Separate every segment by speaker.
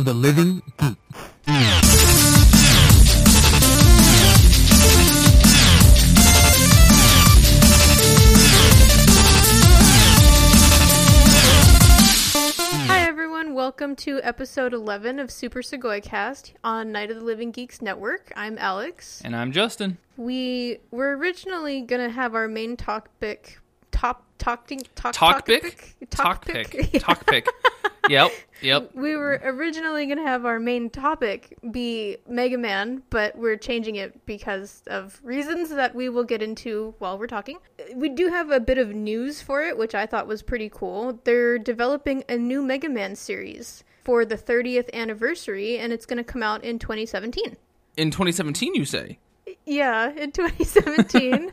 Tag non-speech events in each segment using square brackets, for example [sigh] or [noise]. Speaker 1: the living.
Speaker 2: Hi everyone, welcome to episode 11 of Super Segoy Cast on Night of the Living Geeks Network. I'm Alex.
Speaker 3: And I'm Justin.
Speaker 2: We were originally going to have our main topic top talking talk
Speaker 3: Talkpick?
Speaker 2: topic.
Speaker 3: Talkpick.
Speaker 2: Yeah. [laughs]
Speaker 3: Talkpick. Yep. Yep.
Speaker 2: We were originally going to have our main topic be Mega Man, but we're changing it because of reasons that we will get into while we're talking. We do have a bit of news for it, which I thought was pretty cool. They're developing a new Mega Man series for the 30th anniversary, and it's going to come out in 2017.
Speaker 3: In 2017, you say?
Speaker 2: Yeah, in [laughs] 2017.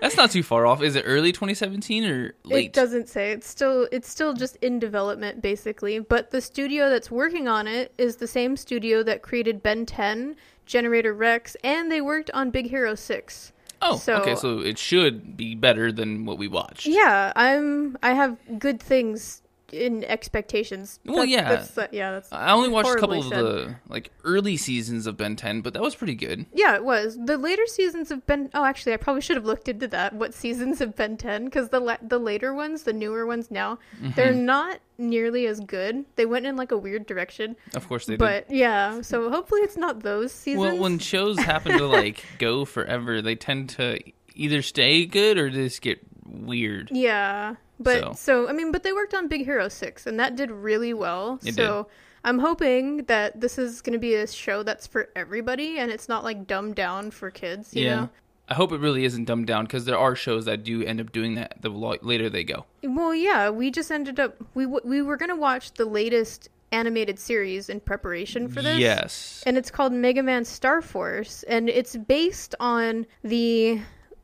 Speaker 3: That's not too far off. Is it early 2017 or late?
Speaker 2: It doesn't say. It's still it's still just in development basically, but the studio that's working on it is the same studio that created Ben 10, Generator Rex, and they worked on Big Hero 6.
Speaker 3: oh,
Speaker 2: so-
Speaker 3: okay. So it should be better than what we watched.
Speaker 2: Yeah, I'm I have good things in expectations.
Speaker 3: Well,
Speaker 2: That's-
Speaker 3: yeah.
Speaker 2: That's, yeah, that's
Speaker 3: I only watched a couple of
Speaker 2: horribly
Speaker 3: the like early seasons of Ben 10, but that was pretty good.
Speaker 2: Yeah, it was. The later seasons have been. Oh, actually, I probably should have looked into that. What seasons have been ten? Because the la- the later ones, the newer ones now,
Speaker 3: Mm-hmm.
Speaker 2: they're not nearly as good. They went in like a weird direction.
Speaker 3: Of course they did.
Speaker 2: But yeah, so hopefully it's not those seasons.
Speaker 3: Well, when shows happen to
Speaker 2: [laughs]
Speaker 3: like go forever, they tend to either stay good or just get weird.
Speaker 2: yeah, but so.
Speaker 3: So.
Speaker 2: I mean, but they worked on Big Hero Six, and that did really well.
Speaker 3: It
Speaker 2: so I'm hoping that this is going to be a show that's for everybody, and it's not like dumbed down for kids. You know?
Speaker 3: I hope it really isn't dumbed down because there are shows that do end up doing that the lo- later they go.
Speaker 2: Well, yeah, we just ended up we w- we were gonna watch the latest animated series in preparation for this.
Speaker 3: Yes.
Speaker 2: and it's called Mega Man Star Force, and it's based on the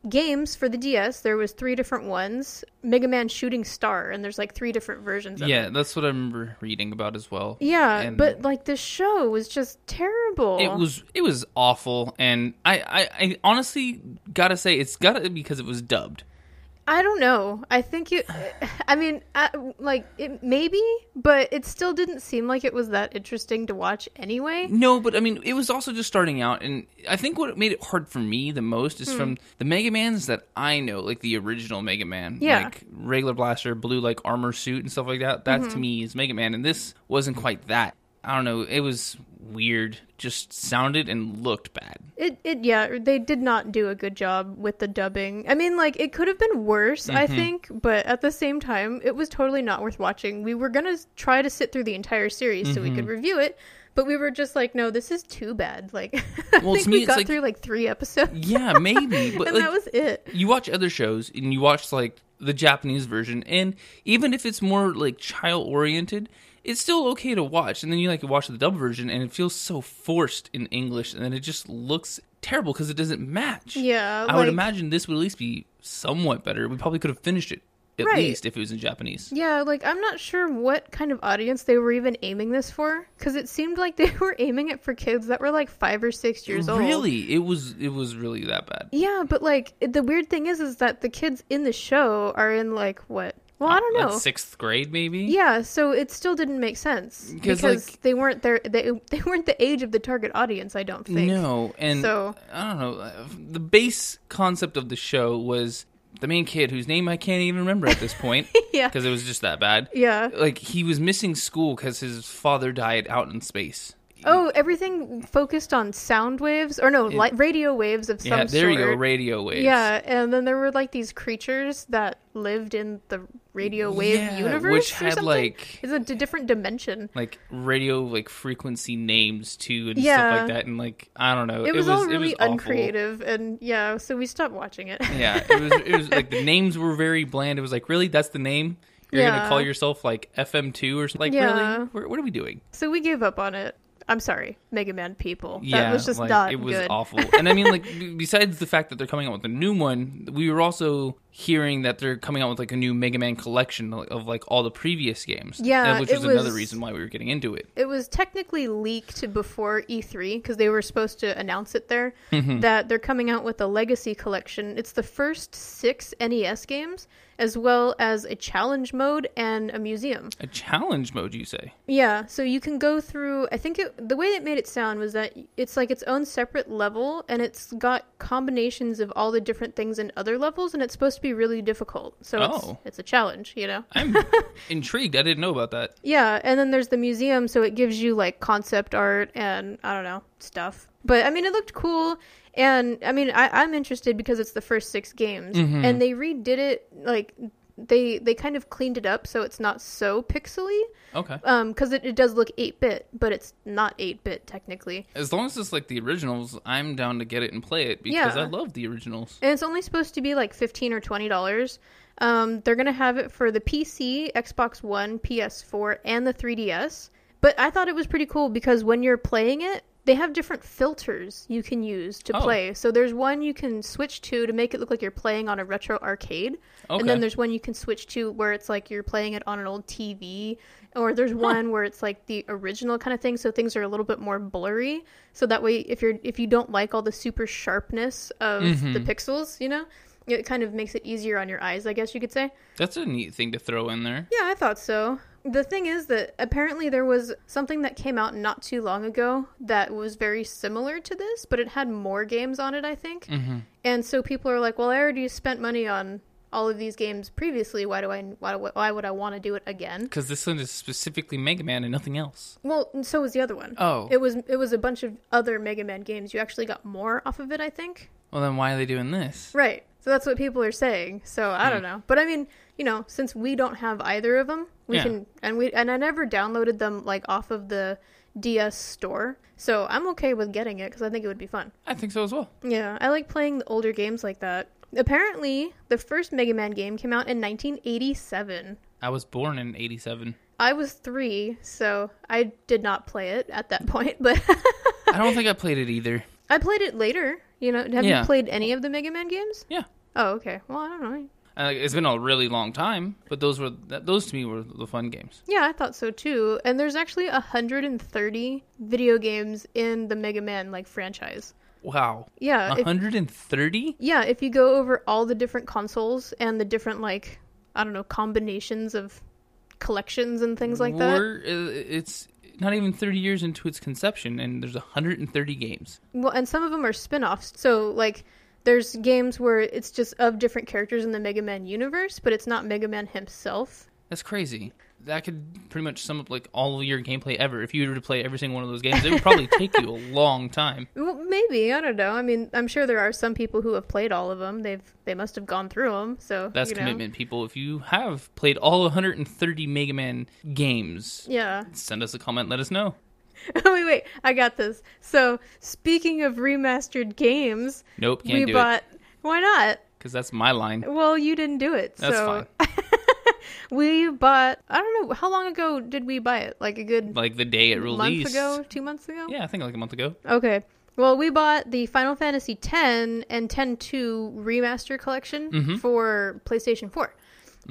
Speaker 2: games for the DS. There was three different ones: Mega Man Shooting Star, and there's like three different versions of
Speaker 3: Yeah,
Speaker 2: it.
Speaker 3: that's what I remember reading about as well.
Speaker 2: Yeah,
Speaker 3: And
Speaker 2: but like this show was just terrible.
Speaker 3: it was it was awful, and I, I I honestly gotta say it's gotta because it was dubbed.
Speaker 2: I don't know. I think
Speaker 3: [sighs]
Speaker 2: you. I mean, I, like it maybe, but it still didn't seem like it was that interesting to watch anyway.
Speaker 3: No, but I mean it was also just starting out, and I think what made it hard for me the most
Speaker 2: Hmm.
Speaker 3: is from the Mega Mans that I know, like the original Mega Man,
Speaker 2: Yeah.
Speaker 3: like regular blaster, blue like armor suit and stuff like that. That
Speaker 2: Mm-hmm.
Speaker 3: to me is Mega Man, and this wasn't quite that. I don't know. It was weird. Just sounded and looked bad.
Speaker 2: It, it yeah they did not do a good job with the dubbing i mean like it could have been worse i
Speaker 3: Mm-hmm.
Speaker 2: think but at the same time it was totally not worth watching we were gonna s- try to sit through the entire series so we
Speaker 3: Mm-hmm.
Speaker 2: could review it but we were just like no this is too bad like [laughs] i
Speaker 3: Well, to
Speaker 2: think
Speaker 3: me,
Speaker 2: we
Speaker 3: it's
Speaker 2: got
Speaker 3: like-
Speaker 2: through like three episodes
Speaker 3: Yeah,
Speaker 2: [laughs]
Speaker 3: maybe. But
Speaker 2: and
Speaker 3: like,
Speaker 2: that was it
Speaker 3: you watch other shows and you watch like the Japanese version, and even if it's more like child oriented, it's still okay to watch. And then you like watch the dub version, and it feels so forced in English, and then it just looks terrible because it doesn't match.
Speaker 2: Yeah,
Speaker 3: I would
Speaker 2: like-
Speaker 3: imagine this would at least be somewhat better. We probably could have finished it at
Speaker 2: Right.
Speaker 3: least if it was in Japanese.
Speaker 2: yeah like i'm not sure what kind of audience they were even aiming this for because it seemed like they [laughs] were aiming it for kids that were like five or six years old
Speaker 3: Really, it was it was really that bad.
Speaker 2: Yeah, but like it- the weird thing is, is that the kids in the show are in like what? Well, I don't
Speaker 3: Like,
Speaker 2: know.
Speaker 3: sixth grade maybe.
Speaker 2: Yeah, so it still didn't make sense because
Speaker 3: like-
Speaker 2: they weren't there. They they weren't the age of the target audience. I don't think.
Speaker 3: No, and
Speaker 2: So-
Speaker 3: I don't know. uh, The base concept of the show was the main kid whose name I can't even remember at this
Speaker 2: [laughs]
Speaker 3: point.
Speaker 2: [laughs] Yeah.
Speaker 3: because it was just that bad.
Speaker 2: Yeah.
Speaker 3: like he was missing school because his father died out in space.
Speaker 2: Oh, everything focused on sound waves or no, light, radio waves of some
Speaker 3: yeah, there you go,
Speaker 2: sort.
Speaker 3: radio waves.
Speaker 2: Yeah, and then there were like these creatures that lived in the radio wave
Speaker 3: Yeah,
Speaker 2: universe,
Speaker 3: which
Speaker 2: or
Speaker 3: had,
Speaker 2: something.
Speaker 3: like-
Speaker 2: it's a d- different dimension.
Speaker 3: Like radio, like frequency names too, and
Speaker 2: Yeah.
Speaker 3: stuff like that, and like I don't know.
Speaker 2: It was, all really
Speaker 3: it was awful.
Speaker 2: uncreative, and yeah, so we stopped watching it.
Speaker 3: Yeah,
Speaker 2: [laughs]
Speaker 3: it was. It was like the names were very bland. It was like, really, that's the name you're
Speaker 2: Yeah.
Speaker 3: gonna call yourself like FM two or something. Like,
Speaker 2: Yeah.
Speaker 3: really, We're- what are we doing?
Speaker 2: So we gave up on it. I'm sorry, Mega Man people.
Speaker 3: yeah,
Speaker 2: that was just
Speaker 3: like,
Speaker 2: not
Speaker 3: it was
Speaker 2: good.
Speaker 3: awful. And I mean, like b- besides the fact that they're coming out with a new one, we were also hearing that they're coming out with like a new Mega Man collection of, of like all the previous games.
Speaker 2: Yeah,
Speaker 3: and- which
Speaker 2: it
Speaker 3: was another
Speaker 2: was-
Speaker 3: reason why we were getting into it.
Speaker 2: [laughs] It was technically leaked before E3 because they were supposed to announce it there
Speaker 3: Mm-hmm.
Speaker 2: that they're coming out with a legacy collection. It's the first six NES games, as well as a challenge mode and a museum.
Speaker 3: A challenge mode, you say?
Speaker 2: Yeah, so you can go through. I think it, the way it made it sound was that it's like its own separate level, and it's got combinations of all the different things in other levels, and it's supposed to be really difficult. So
Speaker 3: Oh.
Speaker 2: it's, it's a challenge, you know? [laughs]
Speaker 3: I'm intrigued. I didn't know about that.
Speaker 2: Yeah, and then there's the museum, so it gives you like concept art and I don't know stuff. But I mean, it looked cool, and I mean, I, I'm interested because it's the first six games, and they redid it like they they kind of cleaned it up so it's not so pixely
Speaker 3: Okay.
Speaker 2: because Um, it, it does look 8-bit but it's not 8-bit technically
Speaker 3: As long as it's like the originals, I'm down to get it and play it because
Speaker 2: Yeah.
Speaker 3: I love the originals.
Speaker 2: and it's only supposed to be like 15 or 20 dollars um, they're gonna have it for the pc xbox one ps4 and the 3ds but i thought it was pretty cool because when you're playing it they have different filters you can use to
Speaker 3: Oh.
Speaker 2: play so there's one you can switch to to make it look like you're playing on a retro arcade
Speaker 3: Okay.
Speaker 2: and then there's one you can switch to where it's like you're playing it on an old tv or there's one where it's like the original kind of thing so things are a little bit more blurry so that way if you're if you don't like all the super sharpness of the pixels you know it kind of makes it easier on your eyes i guess you could say
Speaker 3: That's a neat thing to throw in there.
Speaker 2: yeah, I thought so. The thing is that apparently there was something that came out not too long ago that was very similar to this, but it had more games on it, I think. And so people are like, "Well, I already spent money on all of these games previously. Why do I? Why, why would I want to do it again?"
Speaker 3: Because this one is specifically Mega Man and nothing else.
Speaker 2: Well, and so was the other one.
Speaker 3: Oh.
Speaker 2: it was it was a bunch of other Mega Man games. You actually got more off of it, I think.
Speaker 3: Well, then why are they doing this?
Speaker 2: Right. So that's what people are saying. So I
Speaker 3: Hmm.
Speaker 2: don't know. But I mean, you know, since we don't have either of them, we
Speaker 3: Yeah.
Speaker 2: can and we and I never downloaded them like off of the DS store. So I'm okay with getting it cuz I think it would be fun.
Speaker 3: I think so as well.
Speaker 2: Yeah, I like playing the older games like that. Apparently, the first Mega Man game came out in 1987.
Speaker 3: I was born in 87.
Speaker 2: I was 3, so I did not play it at that [laughs] point, but
Speaker 3: I don't think I played it either.
Speaker 2: I played it later. You know, have
Speaker 3: Yeah.
Speaker 2: you played any of the Mega Man games?
Speaker 3: Yeah.
Speaker 2: Oh, okay. Well, I don't know.
Speaker 3: Uh, it's been a really long time, but those were that, those to me were the fun games.
Speaker 2: Yeah, I thought so too. And there's actually 130 video games in the Mega Man like franchise.
Speaker 3: Wow,
Speaker 2: Yeah, Uh, if,
Speaker 3: 130.
Speaker 2: yeah. If you go over all the different consoles and the different like I don't know combinations of collections and things like that.
Speaker 3: We're- uh, It's not even 30 years into its conception, and there's 130 games.
Speaker 2: Well, and some of them are spin-offs. So like there's games where it's just of different characters in the Mega Man universe, but it's not Mega Man himself.
Speaker 3: That's crazy. That could pretty much sum up like all of your gameplay ever. If you were to play every single one of those games, it would
Speaker 2: [laughs]
Speaker 3: probably take you a long time.
Speaker 2: Well, maybe I don't know. I mean, I'm sure there are some people who have played all of them. They've they must have gone through them. So
Speaker 3: That's
Speaker 2: you know.
Speaker 3: commitment, people. If you have played all 130 Mega Man games,
Speaker 2: Yeah.
Speaker 3: send us a comment. Let us know.
Speaker 2: [laughs] wait, wait, I got this. So, speaking of remastered games,
Speaker 3: Nope, can't
Speaker 2: we
Speaker 3: do it
Speaker 2: bought. Why not?
Speaker 3: because that's my line.
Speaker 2: Well, you didn't do it.
Speaker 3: That's
Speaker 2: so [laughs] we bought. I don't know how long ago did we buy it? Like a good
Speaker 3: Like the day it released.
Speaker 2: month ago, two months ago.
Speaker 3: Yeah, I think like a month ago.
Speaker 2: Okay. Well, we bought the Final Fantasy X and X-2 remaster collection
Speaker 3: Mm-hmm.
Speaker 2: for PlayStation 4.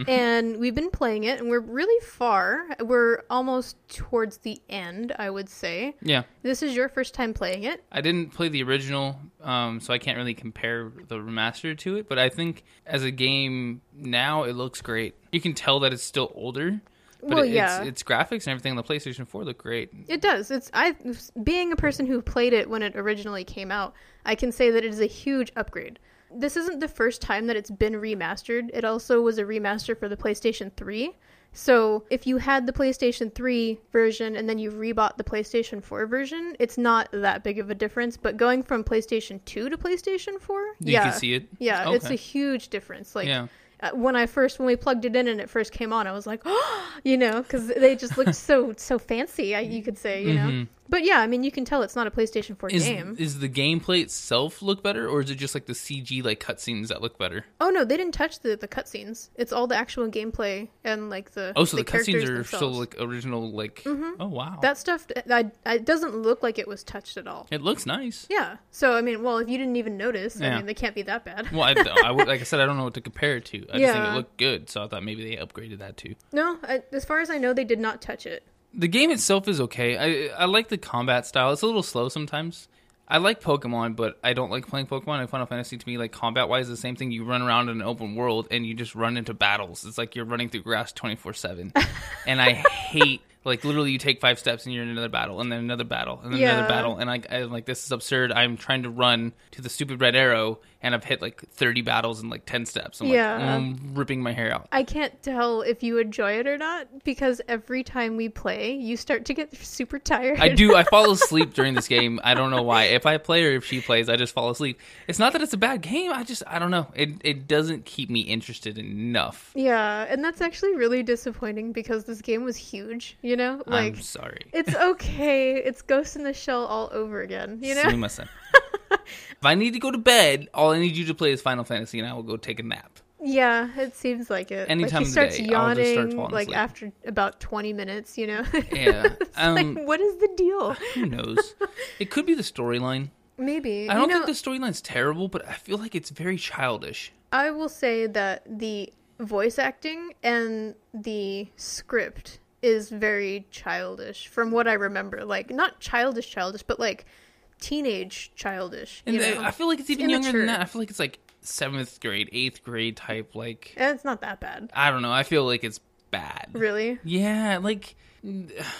Speaker 2: And we've been playing it, and we're really far. We're almost towards the end, I would say.
Speaker 3: Yeah.
Speaker 2: This is your first time playing it.
Speaker 3: I didn't play the original, um, so I can't really compare the remaster to it. But I think as a game now, it looks great. You can tell that it's still older, but
Speaker 2: Well,
Speaker 3: it-
Speaker 2: yeah.
Speaker 3: it's, its graphics and everything on the PlayStation 4 look great.
Speaker 2: It does. It's I being a person who played it when it originally came out, I can say that it is a huge upgrade. This isn't the first time that it's been remastered. It also was a remaster for the PlayStation 3. So, if you had the PlayStation 3 version and then you rebought the PlayStation 4 version, it's not that big of a difference, but going from PlayStation 2 to PlayStation 4,
Speaker 3: You
Speaker 2: yeah.
Speaker 3: can see it.
Speaker 2: Yeah, it's
Speaker 3: Okay.
Speaker 2: a huge difference. Like
Speaker 3: Yeah.
Speaker 2: uh, when I first when we plugged it in and it first [gasps]
Speaker 3: [laughs]
Speaker 2: came on, I was like, oh, you know, because they just looked so so fancy. I, you could say, you know. But yeah, I mean, you can tell it's not a PlayStation 4
Speaker 3: Mm-hmm. Is
Speaker 2: game.
Speaker 3: is the gameplay itself look better, or is it just like the CG like cutscenes that look better?
Speaker 2: Oh no, they didn't touch the the cutscenes. It's all the actual gameplay and like the
Speaker 3: Oh, so the,
Speaker 2: characters
Speaker 3: cutscenes are still
Speaker 2: themselves. Mm-hmm.
Speaker 3: like original. Like, oh wow,
Speaker 2: that stuff. I, I, it doesn't look like it was touched at all.
Speaker 3: it looks nice.
Speaker 2: Yeah. So I mean, well, if you didn't even notice, I
Speaker 3: Yeah.
Speaker 2: mean, they can't be that bad.
Speaker 3: Well, I, I would- like I said, I don't know what to compare it to. I just think
Speaker 2: Yeah.
Speaker 3: it looked good, so I thought maybe they upgraded that too.
Speaker 2: [laughs] no, I, as far as I know, they did not touch it.
Speaker 3: The game itself is okay. I I like the combat style. It's a little slow sometimes. I like Pokemon, but I don't like playing Pokemon. And Final Fantasy to me, like combat wise, the same thing. You run around in an open world and you just run into battles. It's like you're running through grass twenty
Speaker 2: [laughs]
Speaker 3: four seven, and I hate like literally you take five steps and you're in another battle and then another battle and then
Speaker 2: Yeah.
Speaker 3: another battle and I, I like this is absurd. I'm trying to run to the stupid red arrow and I've hit like thirty battles in like ten steps. I'm
Speaker 2: Yeah.
Speaker 3: like "Mm, I'm ripping my hair out.
Speaker 2: I can't tell if you enjoy it or not because every time we play, you start to get super tired.
Speaker 3: I do. I fall asleep during this game. I don't know why. If I play or if she plays, I just fall asleep. It's not that it's a bad game. I just I don't know. It it doesn't keep me interested enough.
Speaker 2: Yeah, and that's actually really disappointing because this game was huge. You know, like
Speaker 3: I'm sorry.
Speaker 2: it's okay. It's Ghost in the Shell all over again. You know.
Speaker 3: Sumimasen. if I need to go to bed, all I need you to play is Final Fantasy, and I will go take a nap.
Speaker 2: Yeah, it seems like it.
Speaker 3: Any
Speaker 2: like he
Speaker 3: time of the
Speaker 2: starts
Speaker 3: day, I'll
Speaker 2: yawning
Speaker 3: just start falling
Speaker 2: like
Speaker 3: asleep.
Speaker 2: after about twenty minutes, you know. [laughs]
Speaker 3: Yeah.
Speaker 2: It's
Speaker 3: um.
Speaker 2: like what is the deal?
Speaker 3: who knows? It could be the storyline.
Speaker 2: Maybe
Speaker 3: I don't
Speaker 2: you know,
Speaker 3: think the storyline's terrible, but I feel like it's very childish.
Speaker 2: I will say that the voice acting and the script is very childish, from what I remember. Like not childish, childish, but like teenage childish.
Speaker 3: And
Speaker 2: you
Speaker 3: I-
Speaker 2: know?
Speaker 3: I feel like it's even younger
Speaker 2: immature.
Speaker 3: than that. I feel like it's like seventh grade, eighth grade type. Like
Speaker 2: And it's not that bad,
Speaker 3: I don't know. I feel like it's bad.
Speaker 2: really.
Speaker 3: Yeah, like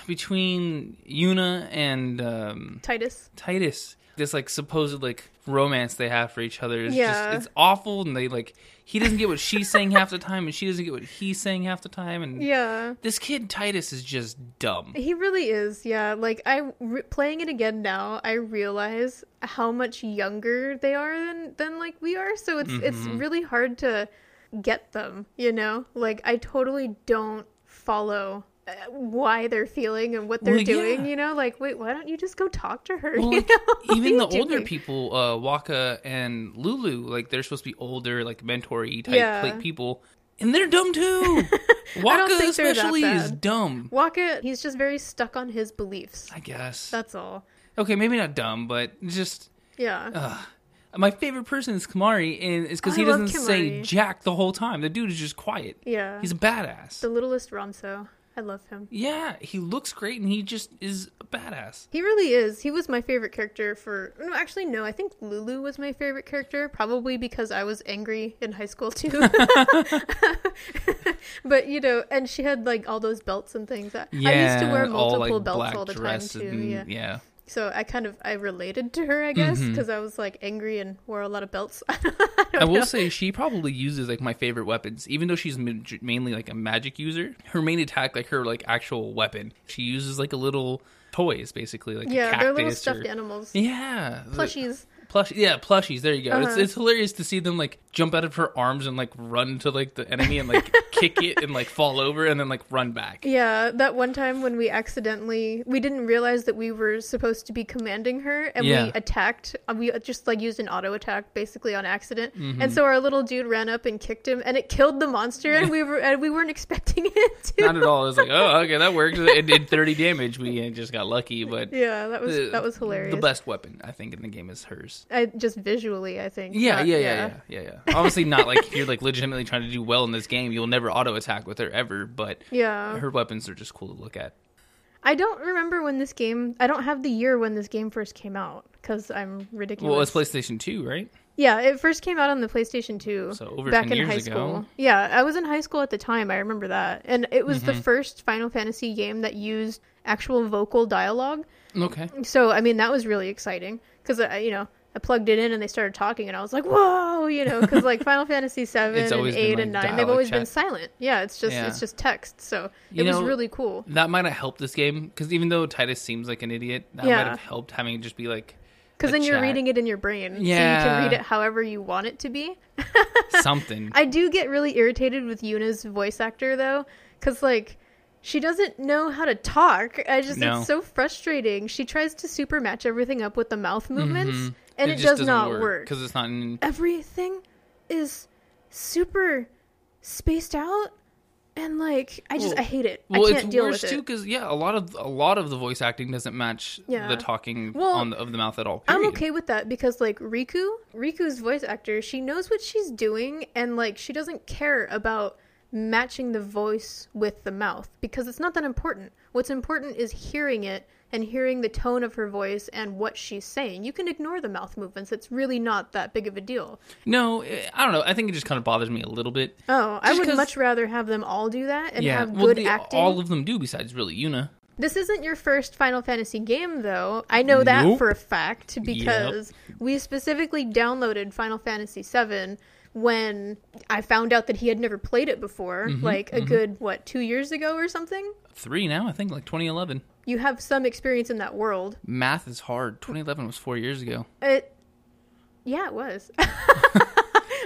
Speaker 3: between Yuna and um,
Speaker 2: Titus.
Speaker 3: Titus, this like supposed like romance they have for each other is
Speaker 2: Yeah.
Speaker 3: just it's awful, and they like he doesn't get what she's saying half the time, and she doesn't get what he's saying half the time, and
Speaker 2: Yeah.
Speaker 3: this kid Titus is just
Speaker 2: [laughs]
Speaker 3: dumb.
Speaker 2: He really is, yeah. Like I re- playing it again now, I realize how much younger they are than than like we are. So it's it's
Speaker 3: Mm-hmm.
Speaker 2: really hard to get them, you know. Like I totally don't follow uh, why they're feeling and what they're
Speaker 3: Well,
Speaker 2: doing,
Speaker 3: yeah.
Speaker 2: you know. Like wait, why don't you just go talk to her? [laughs]
Speaker 3: Well,
Speaker 2: you
Speaker 3: like,
Speaker 2: know? What
Speaker 3: even
Speaker 2: are
Speaker 3: the
Speaker 2: you
Speaker 3: older
Speaker 2: doing?
Speaker 3: people, uh, Waka and Lulu, like they're supposed to be older, like mentory type
Speaker 2: Yeah.
Speaker 3: like, people, and they're
Speaker 2: [laughs]
Speaker 3: dumb too. Waka
Speaker 2: think they're that
Speaker 3: especially is
Speaker 2: bad.
Speaker 3: dumb.
Speaker 2: Waka, he's just very stuck on his beliefs.
Speaker 3: I guess.
Speaker 2: That's all.
Speaker 3: Okay, maybe not dumb, but just
Speaker 2: Yeah.
Speaker 3: Uh, My favorite person is Kamari, and it's because
Speaker 2: I
Speaker 3: he
Speaker 2: love
Speaker 3: doesn't say
Speaker 2: Kamari.
Speaker 3: Jack the whole time. The dude is just quiet.
Speaker 2: yeah.
Speaker 3: He's a badass.
Speaker 2: the littlest Ramso. I love him.
Speaker 3: yeah, he looks great, and he just is a badass.
Speaker 2: He really is. He was my favorite character for. No, actually, no. I think Lulu was my favorite character, probably because I was angry in high school
Speaker 3: [laughs]
Speaker 2: too. [laughs] but you know, and she had like all those belts and things. I, I used to wear multiple belts all the time too. yeah.
Speaker 3: yeah. Mm-hmm.
Speaker 2: So I kind of I related to her, I guess, because I was like angry and wore a lot of belts. [laughs] [laughs] I
Speaker 3: I
Speaker 2: don't
Speaker 3: will
Speaker 2: know.
Speaker 3: say she probably uses like my favorite weapons, even though she's ma- mainly like a magic user. Her main attack, like her like actual weapon, she uses like a little toys, basically like a
Speaker 2: yeah,
Speaker 3: cactus
Speaker 2: they're little
Speaker 3: or-
Speaker 2: stuffed animals,
Speaker 3: Yeah, the-
Speaker 2: plushies.
Speaker 3: Plush, yeah, plushies. There you go.
Speaker 2: Uh-huh.
Speaker 3: It's, it's hilarious to see them like jump out of her arms and like run to like the enemy and like [laughs] kick it and like fall over and then like
Speaker 2: [laughs]
Speaker 3: run back.
Speaker 2: Yeah, that one time when we accidentally we didn't realize that we were supposed to be commanding her, and we
Speaker 3: Yeah.
Speaker 2: attacked. uh, We just like used an auto attack basically on accident,
Speaker 3: Mm-hmm.
Speaker 2: and so our little dude ran up and kicked him, and it killed the monster, and we were and we weren't expecting [laughs] it to.
Speaker 3: Not at all. It's like, oh, okay, that worked. It did thirty damage. We uh, just got lucky, but
Speaker 2: yeah, that was that was hilarious. Uh,
Speaker 3: The best weapon I think in the game is hers.
Speaker 2: I just visually, I think.
Speaker 3: Yeah,
Speaker 2: not-
Speaker 3: yeah, yeah, yeah, yeah, yeah. Obviously, not like if you're like legitimately trying to do well in this game, you'll never auto attack with her ever. But
Speaker 2: Yeah.
Speaker 3: her weapons are just cool to look at.
Speaker 2: I don't remember when this game. I don't have the year when this game first came out because I'm ridiculous.
Speaker 3: Well, it's PlayStation Two, right?
Speaker 2: Yeah, it first came out on the PlayStation 2
Speaker 3: So over
Speaker 2: back
Speaker 3: 10
Speaker 2: in
Speaker 3: years
Speaker 2: high
Speaker 3: ago.
Speaker 2: school. Yeah, I was in high school at the time. I remember that. And it was
Speaker 3: Mm-hmm.
Speaker 2: the first Final Fantasy game that used actual vocal dialogue.
Speaker 3: Okay.
Speaker 2: So, I mean, that was really exciting because, I, you know, I plugged it in and they started talking and I was like, whoa, you know, because
Speaker 3: [laughs]
Speaker 2: like Final Fantasy 7 and
Speaker 3: always been,
Speaker 2: 8 and 9,
Speaker 3: like,
Speaker 2: they've
Speaker 3: dialogue
Speaker 2: always been
Speaker 3: chat.
Speaker 2: silent. Yeah, it's just
Speaker 3: Yeah.
Speaker 2: it's just text. So
Speaker 3: You
Speaker 2: it was
Speaker 3: know,
Speaker 2: really cool.
Speaker 3: that might have helped this game because even though Titus seems like an idiot, that
Speaker 2: Yeah.
Speaker 3: might have helped having it just be like
Speaker 2: Because
Speaker 3: a
Speaker 2: then you're
Speaker 3: chat.
Speaker 2: reading it in your brain. So you
Speaker 3: Yeah.
Speaker 2: can read it however you want it to be.
Speaker 3: [laughs]
Speaker 2: [laughs]
Speaker 3: something.
Speaker 2: I do get really irritated with Yuna's voice actor though, because like She doesn't know how to talk. I just
Speaker 3: No.
Speaker 2: it's so frustrating. She tries to super match everything up with the mouth movements and it,
Speaker 3: Mm-hmm. just
Speaker 2: does
Speaker 3: doesn't
Speaker 2: not work.
Speaker 3: because it's not in
Speaker 2: Everything is super spaced out and like I just
Speaker 3: Well-
Speaker 2: I hate it.
Speaker 3: well,
Speaker 2: I
Speaker 3: it's
Speaker 2: can't deal
Speaker 3: worse
Speaker 2: with
Speaker 3: too
Speaker 2: it.
Speaker 3: because yeah, a lot of a lot of the voice acting doesn't match
Speaker 2: Yeah.
Speaker 3: the talking
Speaker 2: Well,
Speaker 3: on the, of the mouth at all.
Speaker 2: I'm
Speaker 3: period.
Speaker 2: okay with that because like Riku, Riku's voice actor, she knows what she's doing and like she doesn't care about matching the voice with the mouth because it's not that important. What's important is hearing it and hearing the tone of her voice and what she's saying. You can ignore the mouth movements. It's really not that big of a deal.
Speaker 3: No, eh, I don't know. I think it just kind of bothers me a little bit.
Speaker 2: Oh, I
Speaker 3: Just
Speaker 2: would
Speaker 3: 'cause-
Speaker 2: much rather have them all do that and
Speaker 3: yeah,
Speaker 2: have
Speaker 3: well,
Speaker 2: good
Speaker 3: they-
Speaker 2: acting.
Speaker 3: all of them do besides really Yuna.
Speaker 2: This isn't your first Final Fantasy game, though. I know that
Speaker 3: Nope.
Speaker 2: for a fact because we specifically downloaded Final Fantasy VII when I found out that he had never played it before,
Speaker 3: Mm-hmm.
Speaker 2: like a good, what, two years ago or something?
Speaker 3: Three now, I think, like 2011.
Speaker 2: You have some experience in that world.
Speaker 3: Math is hard. 2011 was four years ago.
Speaker 2: It, yeah, it was. [laughs]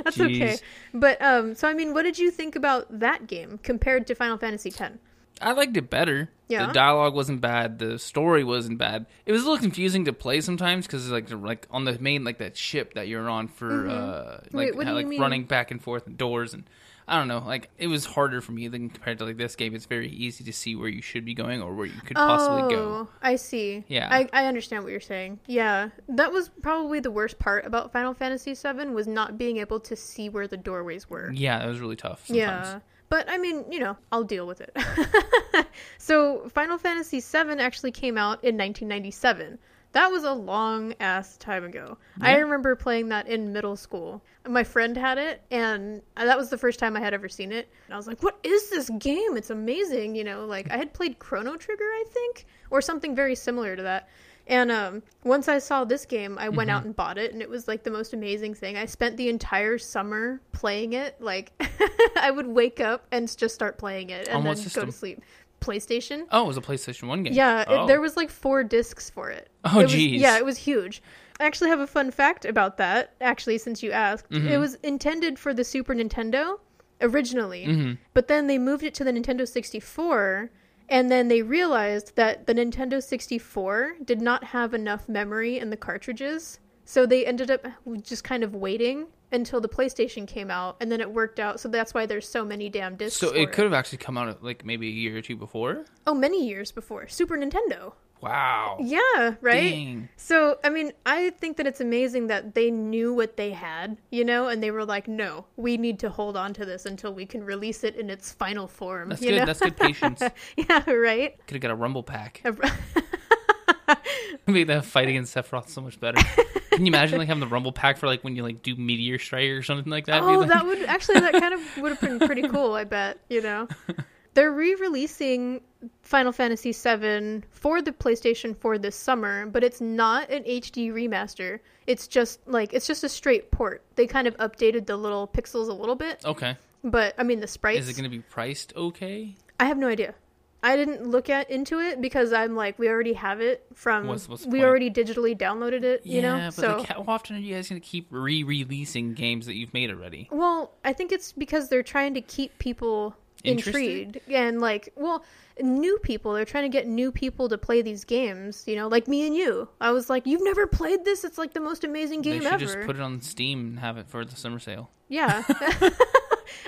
Speaker 2: That's okay.
Speaker 3: Jeez.
Speaker 2: But, um, so I mean, what did you think about that game compared to Final Fantasy X?
Speaker 3: I liked it better.
Speaker 2: Yeah.
Speaker 3: The dialogue wasn't bad. The story wasn't bad. It was a little confusing to play sometimes because like the- like on the main like that ship that you're on for uh like,
Speaker 2: Mm-hmm. Wait, what do
Speaker 3: how-
Speaker 2: you
Speaker 3: like
Speaker 2: mean?
Speaker 3: running back and forth and doors and I don't know like it was harder for me than compared to like this game. It's very easy to see where you should be going or where you could possibly go.
Speaker 2: Oh, I see.
Speaker 3: Yeah.
Speaker 2: I, I understand what you're saying. Yeah. That was probably the worst part about Final Fantasy VII was not being able to see where the doorways were.
Speaker 3: Yeah, it was really tough. Sometimes.
Speaker 2: Yeah. But I mean, you know, I'll deal with it. [laughs] so Final Fantasy VII actually came out in 1997. That was a long ass time ago. I remember playing that in middle school. My friend had it, and that was the first time I had ever seen it. And I was like, "What is this game? It's amazing!" You know, like I had played Chrono Trigger, I think, or something very similar to that. And um, once I saw this game, I went out and bought it, and it was like the most amazing thing. I spent the entire summer playing it. Like, [laughs] I would wake up and s- just start playing it, and
Speaker 3: On
Speaker 2: then
Speaker 3: what
Speaker 2: go to
Speaker 3: system?
Speaker 2: sleep. PlayStation.
Speaker 3: Oh, it was a PlayStation One game.
Speaker 2: Yeah, it,
Speaker 3: Oh.
Speaker 2: there was like four discs for it.
Speaker 3: Oh,
Speaker 2: It was-
Speaker 3: jeez.
Speaker 2: Yeah, it was huge. I actually have a fun fact about that. Actually, since you asked,
Speaker 3: Mm-hmm.
Speaker 2: it was intended for the Super Nintendo originally,
Speaker 3: Mm-hmm.
Speaker 2: but then they moved it to the Nintendo 64, and then they realized that the Nintendo 64 did not have enough memory in the cartridges, so they ended up just kind of waiting until the PlayStation came out, and then it worked out. So that's why there's so many damn discs.
Speaker 3: So
Speaker 2: for
Speaker 3: it could have actually come out like maybe a year or two before.
Speaker 2: Oh, many years before Super Nintendo.
Speaker 3: Wow.
Speaker 2: Yeah, right?
Speaker 3: Dang.
Speaker 2: So, I mean, I think that it's amazing that they knew what they had, you know, and they were like, no, we need to hold on to this until we can release it in its final form.
Speaker 3: That's
Speaker 2: you
Speaker 3: good.
Speaker 2: know?
Speaker 3: That's good patience. Could
Speaker 2: [laughs] yeah, right?
Speaker 3: have got a rumble pack.
Speaker 2: A r-
Speaker 3: [laughs] Made that fight against Sephiroth so much better. Can you imagine like having the rumble pack for like when you like do meteor strike or something like that?
Speaker 2: [laughs]
Speaker 3: Be
Speaker 2: oh,
Speaker 3: like-
Speaker 2: that would actually, that kind of would have been pretty cool, I bet, you
Speaker 3: [laughs]
Speaker 2: know? They're re releasing Final Fantasy VII for the PlayStation 4 this summer, but it's not an HD remaster. It's just like, it's just a straight port. They kind of updated the little pixels a little bit.
Speaker 3: [laughs] okay.
Speaker 2: But I mean, the sprites.
Speaker 3: Is it going to be priced okay?
Speaker 2: I have no idea. I didn't look at into it because I'm like, we already have it from.
Speaker 3: What's- what's the
Speaker 2: we
Speaker 3: point?
Speaker 2: already digitally downloaded it. you know,
Speaker 3: but
Speaker 2: so.
Speaker 3: like, how often are you guys going to keep re-releasing games that you've made already?
Speaker 2: well, I think it's because they're trying to keep people
Speaker 3: Interested?
Speaker 2: intrigued and like, well, new people. They're trying to get new people to play these games. You know, like me and you. I was like, you've never played this. It's like the most amazing
Speaker 3: They
Speaker 2: game
Speaker 3: should
Speaker 2: ever.
Speaker 3: just put it on Steam and have it for the summer sale. [laughs]
Speaker 2: yeah. [laughs]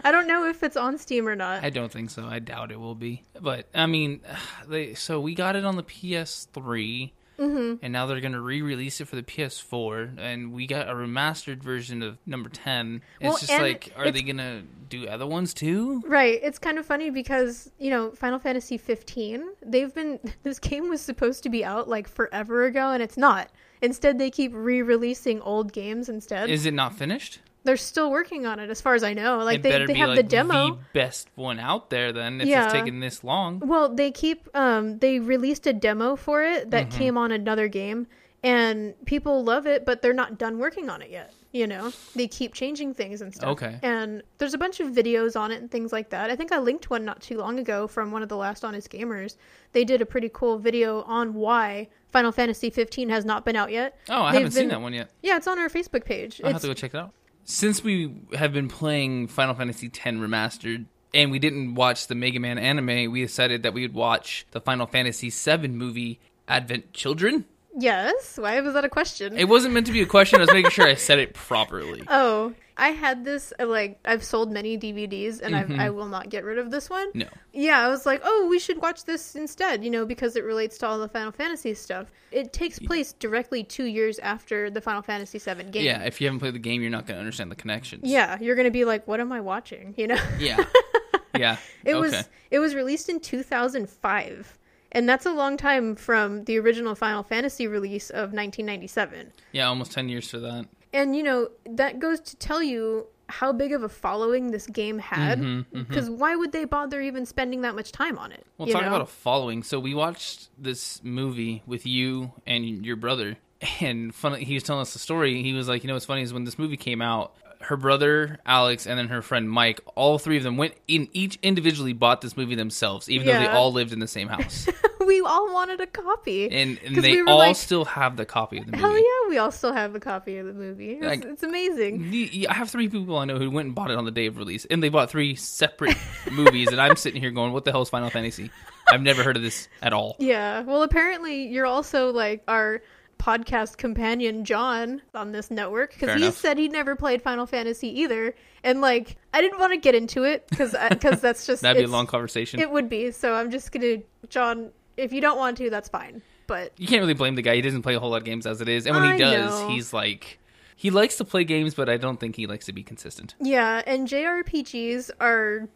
Speaker 2: I don't know if it's on Steam or not.
Speaker 3: I don't think so. I doubt it will be. But I mean, [sighs] they so we got it on the PS3,
Speaker 2: Mm-hmm.
Speaker 3: and now they're going to re-release it for the PS4, and we got a remastered version of number ten. It's
Speaker 2: Well,
Speaker 3: just
Speaker 2: and
Speaker 3: like, are
Speaker 2: it's-
Speaker 3: they going to do other ones too?
Speaker 2: Right. It's kind of funny because, you know, Final Fantasy 15, they've been [laughs] this game was supposed to be out like forever ago and it's not. Instead, they keep re-releasing old games instead.
Speaker 3: Is it not finished?
Speaker 2: They're still working on it as far as I know. Like
Speaker 3: it
Speaker 2: they,
Speaker 3: better
Speaker 2: they
Speaker 3: be
Speaker 2: have
Speaker 3: like
Speaker 2: the demo.
Speaker 3: best one out there then if
Speaker 2: Yeah.
Speaker 3: it's taking this long.
Speaker 2: Well, they keep um they released a demo for it that
Speaker 3: Mm-hmm.
Speaker 2: came on another game and people love it, but they're not done working on it yet. You know, they keep changing things and stuff.
Speaker 3: Okay.
Speaker 2: And there's a bunch of videos on it and things like that. I think I linked one not too long ago from one of the last Honest Gamers. They did a pretty cool video on why Final Fantasy 15 has not been out yet.
Speaker 3: Oh, I
Speaker 2: They've
Speaker 3: haven't seen
Speaker 2: been-
Speaker 3: that one yet.
Speaker 2: Yeah, it's on our Facebook page.
Speaker 3: I'll
Speaker 2: It's,
Speaker 3: have to go check it out. Since we have been playing Final Fantasy X Remastered, and we didn't watch the Mega Man anime, we decided that we would watch the Final Fantasy VII movie, Advent Children.
Speaker 2: Yes. Why was that a question?
Speaker 3: It wasn't meant to be a question. I was making sure I said
Speaker 2: [laughs]
Speaker 3: it properly.
Speaker 2: oh, I had this. uh, Like, I've sold many DVDs, and I've, I will not get rid of this one.
Speaker 3: Mm-hmm. No.
Speaker 2: Yeah, I was like, oh, we should watch this instead, you know, because it relates to all the Final Fantasy stuff. It takes place directly two years after the Final Fantasy VII game.
Speaker 3: Yeah, if you haven't played the game, you're not going to understand the connections.
Speaker 2: Yeah, you're gonna be like, what am I watching? You know.
Speaker 3: Yeah. Yeah.
Speaker 2: [laughs] It
Speaker 3: okay.
Speaker 2: was it was released in 2005, and that's a long time from the original Final Fantasy release of 1997.
Speaker 3: Yeah, almost 10 years for that.
Speaker 2: And you know that goes to tell you how big of a following this game had. Because why would they bother even spending that much time on it?
Speaker 3: Mm-hmm, Well,
Speaker 2: you
Speaker 3: talk
Speaker 2: know?
Speaker 3: about a following. So we watched this movie with you and your brother, [laughs] and funny, he was telling us the story. He was like, you know, what's funny is when this movie came out, her brother Alex and then her friend Mike, all three of them went in each individually bought this movie themselves, even though they
Speaker 2: Yeah.
Speaker 3: all lived in the
Speaker 2: [laughs]
Speaker 3: same house,
Speaker 2: we all wanted a copy,
Speaker 3: and, and
Speaker 2: 'Cause
Speaker 3: they
Speaker 2: we were
Speaker 3: all
Speaker 2: like,
Speaker 3: still have the copy of the movie.
Speaker 2: Hell yeah, we all still have a copy of the movie. It's,
Speaker 3: Like-
Speaker 2: it's amazing.
Speaker 3: The- I have three people I know who went and bought it on the day of release, and they bought three
Speaker 2: [laughs]
Speaker 3: separate movies. And I'm sitting here going, "What the hell is Final Fantasy? I've never heard of this
Speaker 2: [laughs]
Speaker 3: at all."
Speaker 2: Yeah. Well, apparently you're also like our podcast companion John on this network
Speaker 3: Fair
Speaker 2: because he
Speaker 3: enough.
Speaker 2: said he never played Final Fantasy either, and like I didn't want to get into it because because that's just
Speaker 3: That'd be a
Speaker 2: it's-
Speaker 3: long conversation.
Speaker 2: It would be. So I'm just gonna John. If you don't want to, that's fine. But
Speaker 3: you can't really blame the guy. He doesn't play a whole lot of games as it is, and when he
Speaker 2: I
Speaker 3: does,
Speaker 2: know.
Speaker 3: he's like he likes to play games, but I don't think he likes to be consistent.
Speaker 2: yeah, and JRPGs are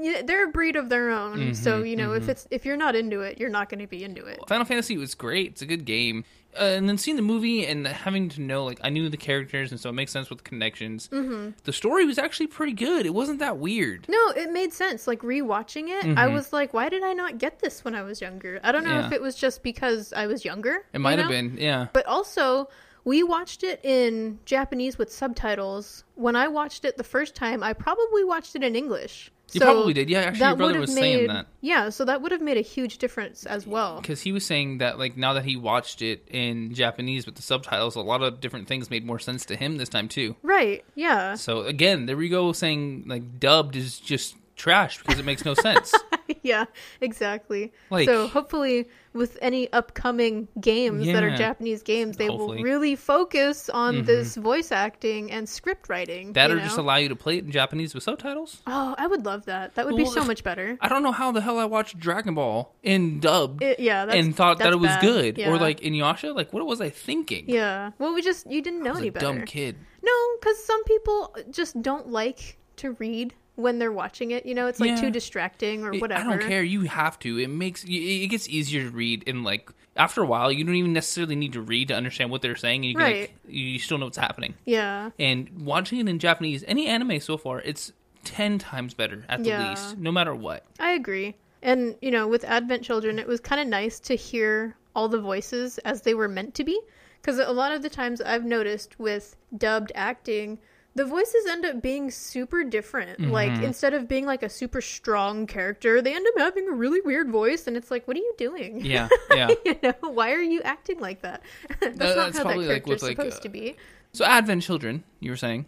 Speaker 2: yeah, they're a breed of their own. so you know if it's if you're not into it, you're not going to be into it.
Speaker 3: Final Fantasy was great; it's a good game. Uh, and then seeing the movie and having to know, like, I knew the characters, and so it makes sense with the connections. Mm-hmm. The story was actually pretty good. It wasn't that weird.
Speaker 2: No, it made sense. Like rewatching it, I was like, why did I not get this when I was younger? I don't know
Speaker 3: Yeah.
Speaker 2: if it was just because I was younger.
Speaker 3: It
Speaker 2: you
Speaker 3: might have
Speaker 2: know?
Speaker 3: been, yeah.
Speaker 2: But also, we watched it in Japanese with subtitles. When I watched it the first time, I probably watched it in English.
Speaker 3: You
Speaker 2: So
Speaker 3: probably did. Yeah, actually, your
Speaker 2: that
Speaker 3: brother
Speaker 2: would've
Speaker 3: was
Speaker 2: made,
Speaker 3: saying that.
Speaker 2: Yeah, so that would have made a huge difference as well.
Speaker 3: because he was saying that like now that he watched it in Japanese with the subtitles, a lot of different things made more sense to him this time too.
Speaker 2: Right. Yeah.
Speaker 3: So again, there we go saying like dubbed is just trash because it makes no
Speaker 2: [laughs]
Speaker 3: sense.
Speaker 2: [laughs] yeah. Exactly.
Speaker 3: Like-
Speaker 2: so hopefully, with any upcoming games that
Speaker 3: Yeah.
Speaker 2: are Japanese games, they
Speaker 3: Hopefully.
Speaker 2: will
Speaker 3: Mm-hmm.
Speaker 2: really focus on this voice acting and script writing.
Speaker 3: That
Speaker 2: you
Speaker 3: or just
Speaker 2: know?
Speaker 3: allow you to play it in Japanese with subtitles.
Speaker 2: Oh, I would love that. That would be
Speaker 3: Well,
Speaker 2: so much better.
Speaker 3: I don't know how the hell I watched Dragon Ball in dubbed
Speaker 2: It- yeah, that's,
Speaker 3: and thought that
Speaker 2: that's
Speaker 3: it was
Speaker 2: bad.
Speaker 3: good,
Speaker 2: Yeah.
Speaker 3: or like Inuyasha. Like what was I thinking?
Speaker 2: yeah. Well, we just you didn't know
Speaker 3: I was
Speaker 2: any
Speaker 3: a
Speaker 2: better.
Speaker 3: dumb kid.
Speaker 2: No, because some people just don't like to read when they're watching it. You know, it's like
Speaker 3: Yeah.
Speaker 2: too distracting or
Speaker 3: It-
Speaker 2: whatever.
Speaker 3: I don't care. You have to. It makes y- it gets easier to read, and like after a while, you don't even necessarily need to read to understand what they're saying, and you can,
Speaker 2: Right.
Speaker 3: like, you still know what's happening.
Speaker 2: Yeah.
Speaker 3: And watching it in Japanese, any anime so far, it's ten times better at the
Speaker 2: Yeah.
Speaker 3: least, no matter what.
Speaker 2: I agree. And, you know, with Advent Children, it was kind of nice to hear all the voices as they were meant to be. Because a lot of the times I've noticed with dubbed acting, the voices end up being super different.
Speaker 3: Mm-hmm.
Speaker 2: Like, instead of being like a super strong character, they end up having a really weird voice. And it's like, what are you doing?
Speaker 3: [laughs] Yeah, yeah.
Speaker 2: [laughs] you know, why are you acting like that? [laughs] that's
Speaker 3: No,
Speaker 2: not
Speaker 3: that's
Speaker 2: how that
Speaker 3: probably, like,
Speaker 2: character's
Speaker 3: with, like,
Speaker 2: supposed
Speaker 3: uh,
Speaker 2: to be.
Speaker 3: so Advent Children, you were saying.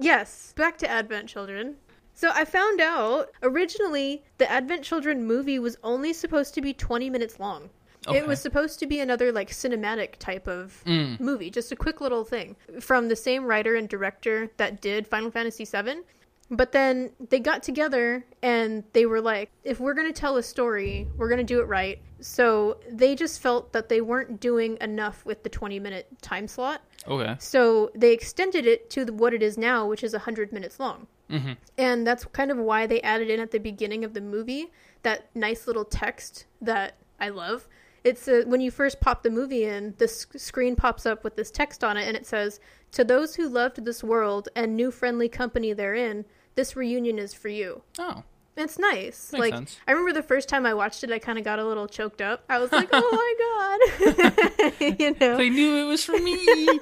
Speaker 2: Yes, back to Advent Children. So I found out originally the Advent Children movie was only supposed to be 20 minutes long.
Speaker 3: Okay.
Speaker 2: It was supposed to be another like cinematic type of movie, just a quick little thing from the same writer and director that did Final Fantasy VII. But then they got together and they were like, if we're going to tell a story, we're going to do it right. So they just felt that they weren't doing enough with the 20 minute time slot.
Speaker 3: Okay.
Speaker 2: So they extended it to the, what it is now, which is 100 minutes long.
Speaker 3: Mm-hmm.
Speaker 2: And that's kind of why they added in at the beginning of the movie that nice little text that I love. It's uh when you first pop the movie in, the s- screen pops up with this text on it, and it says, To those who loved this world and new friendly company therein, this reunion is for you.
Speaker 3: Oh.
Speaker 2: It's nice.
Speaker 3: Makes
Speaker 2: like
Speaker 3: sense.
Speaker 2: I remember the first time I watched it, I kind of got a little choked up. I was
Speaker 3: [laughs]
Speaker 2: like, "Oh my god!" [laughs] you know,
Speaker 3: They knew it was for [laughs] me.
Speaker 2: [laughs]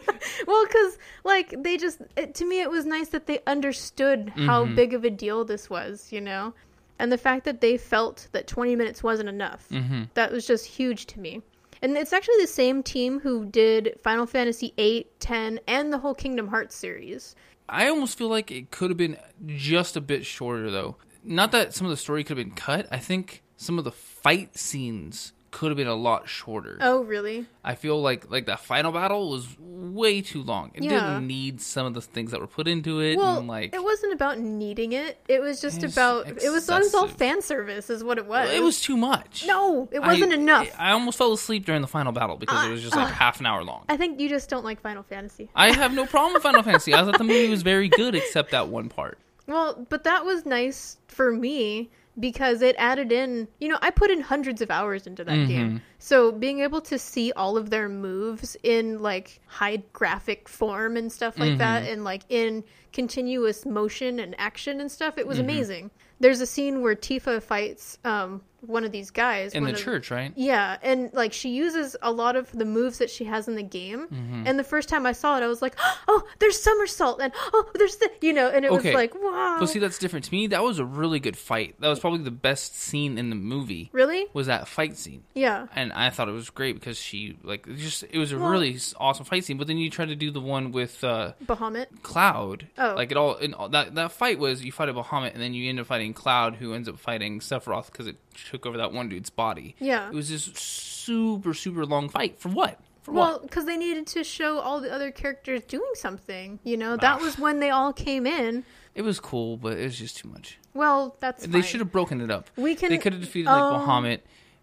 Speaker 2: well, because like they just it, to me, it was nice that they understood how
Speaker 3: Mm-hmm.
Speaker 2: big of a deal this was, you know, and the fact that they felt that twenty minutes wasn't enough.
Speaker 3: Mm-hmm.
Speaker 2: That was just huge to me. And it's actually the same team who did Final Fantasy 8, 10, and the whole Kingdom Hearts series.
Speaker 3: I almost feel like it could have been just a bit shorter though. not that some of the story could have been cut. I think some of the fight scenes could have been a lot shorter.
Speaker 2: Oh, really?
Speaker 3: I feel like like that final battle was way too long. It
Speaker 2: Yeah.
Speaker 3: didn't need some of the things that were put into it.
Speaker 2: Well,
Speaker 3: and like
Speaker 2: it wasn't about needing it. It was just
Speaker 3: It was
Speaker 2: about it was it was all
Speaker 3: excessive.
Speaker 2: fan service, is what it was.
Speaker 3: it was too much.
Speaker 2: no, it
Speaker 3: I-
Speaker 2: wasn't enough. Uh-uh.
Speaker 3: I almost fell asleep during the final battle because it was just like half an hour long.
Speaker 2: I think you just don't like Final Fantasy.
Speaker 3: I have no problem with Final Fantasy. I thought the movie was very good except that one part.
Speaker 2: Well, but that was nice for me because it added in, you know, I put in hundreds of hours into
Speaker 3: Mm-hmm.
Speaker 2: that game. So being able to see all of their moves in like high graphic form and stuff like that
Speaker 3: Mm-hmm.
Speaker 2: and like in continuous motion and action and stuff, it was
Speaker 3: Mm-hmm.
Speaker 2: amazing. There's a scene where Tifa fights um, one of these guys
Speaker 3: In
Speaker 2: one
Speaker 3: the
Speaker 2: of-
Speaker 3: church, right?
Speaker 2: yeah, and like she uses a lot of the moves that she has in the game.
Speaker 3: Mm-hmm.
Speaker 2: And the first time I saw it, I was like, [gasps] "Oh, there's somersault," and "Oh, there's the," you know, and it was
Speaker 3: Okay.
Speaker 2: like, "Wow!"
Speaker 3: But see, that's different to me. That was a really good fight. That was probably the best scene in the movie.
Speaker 2: really?
Speaker 3: Was that fight scene?
Speaker 2: Yeah.
Speaker 3: And I thought it was great because she like it just it was a
Speaker 2: Well-
Speaker 3: really s- awesome fight scene. But then you try to do the one with uh,
Speaker 2: Bahamut.
Speaker 3: Cloud.
Speaker 2: Oh.
Speaker 3: Like it all, in all that that fight was you fight a Bahamut and then you end up fighting Cloud, who ends up fighting Sephiroth because it took over that one dude's body.
Speaker 2: Yeah.
Speaker 3: It was this super super long fight for what? For
Speaker 2: Well,
Speaker 3: what?
Speaker 2: because they needed to show all the other characters doing something. You know, that
Speaker 3: Ah.
Speaker 2: was when they all came in.
Speaker 3: It was cool, but it was just too much.
Speaker 2: Well, that's
Speaker 3: They
Speaker 2: fine.
Speaker 3: should have broken it up.
Speaker 2: We can-
Speaker 3: They could have defeated like
Speaker 2: oh.
Speaker 3: Bahamut,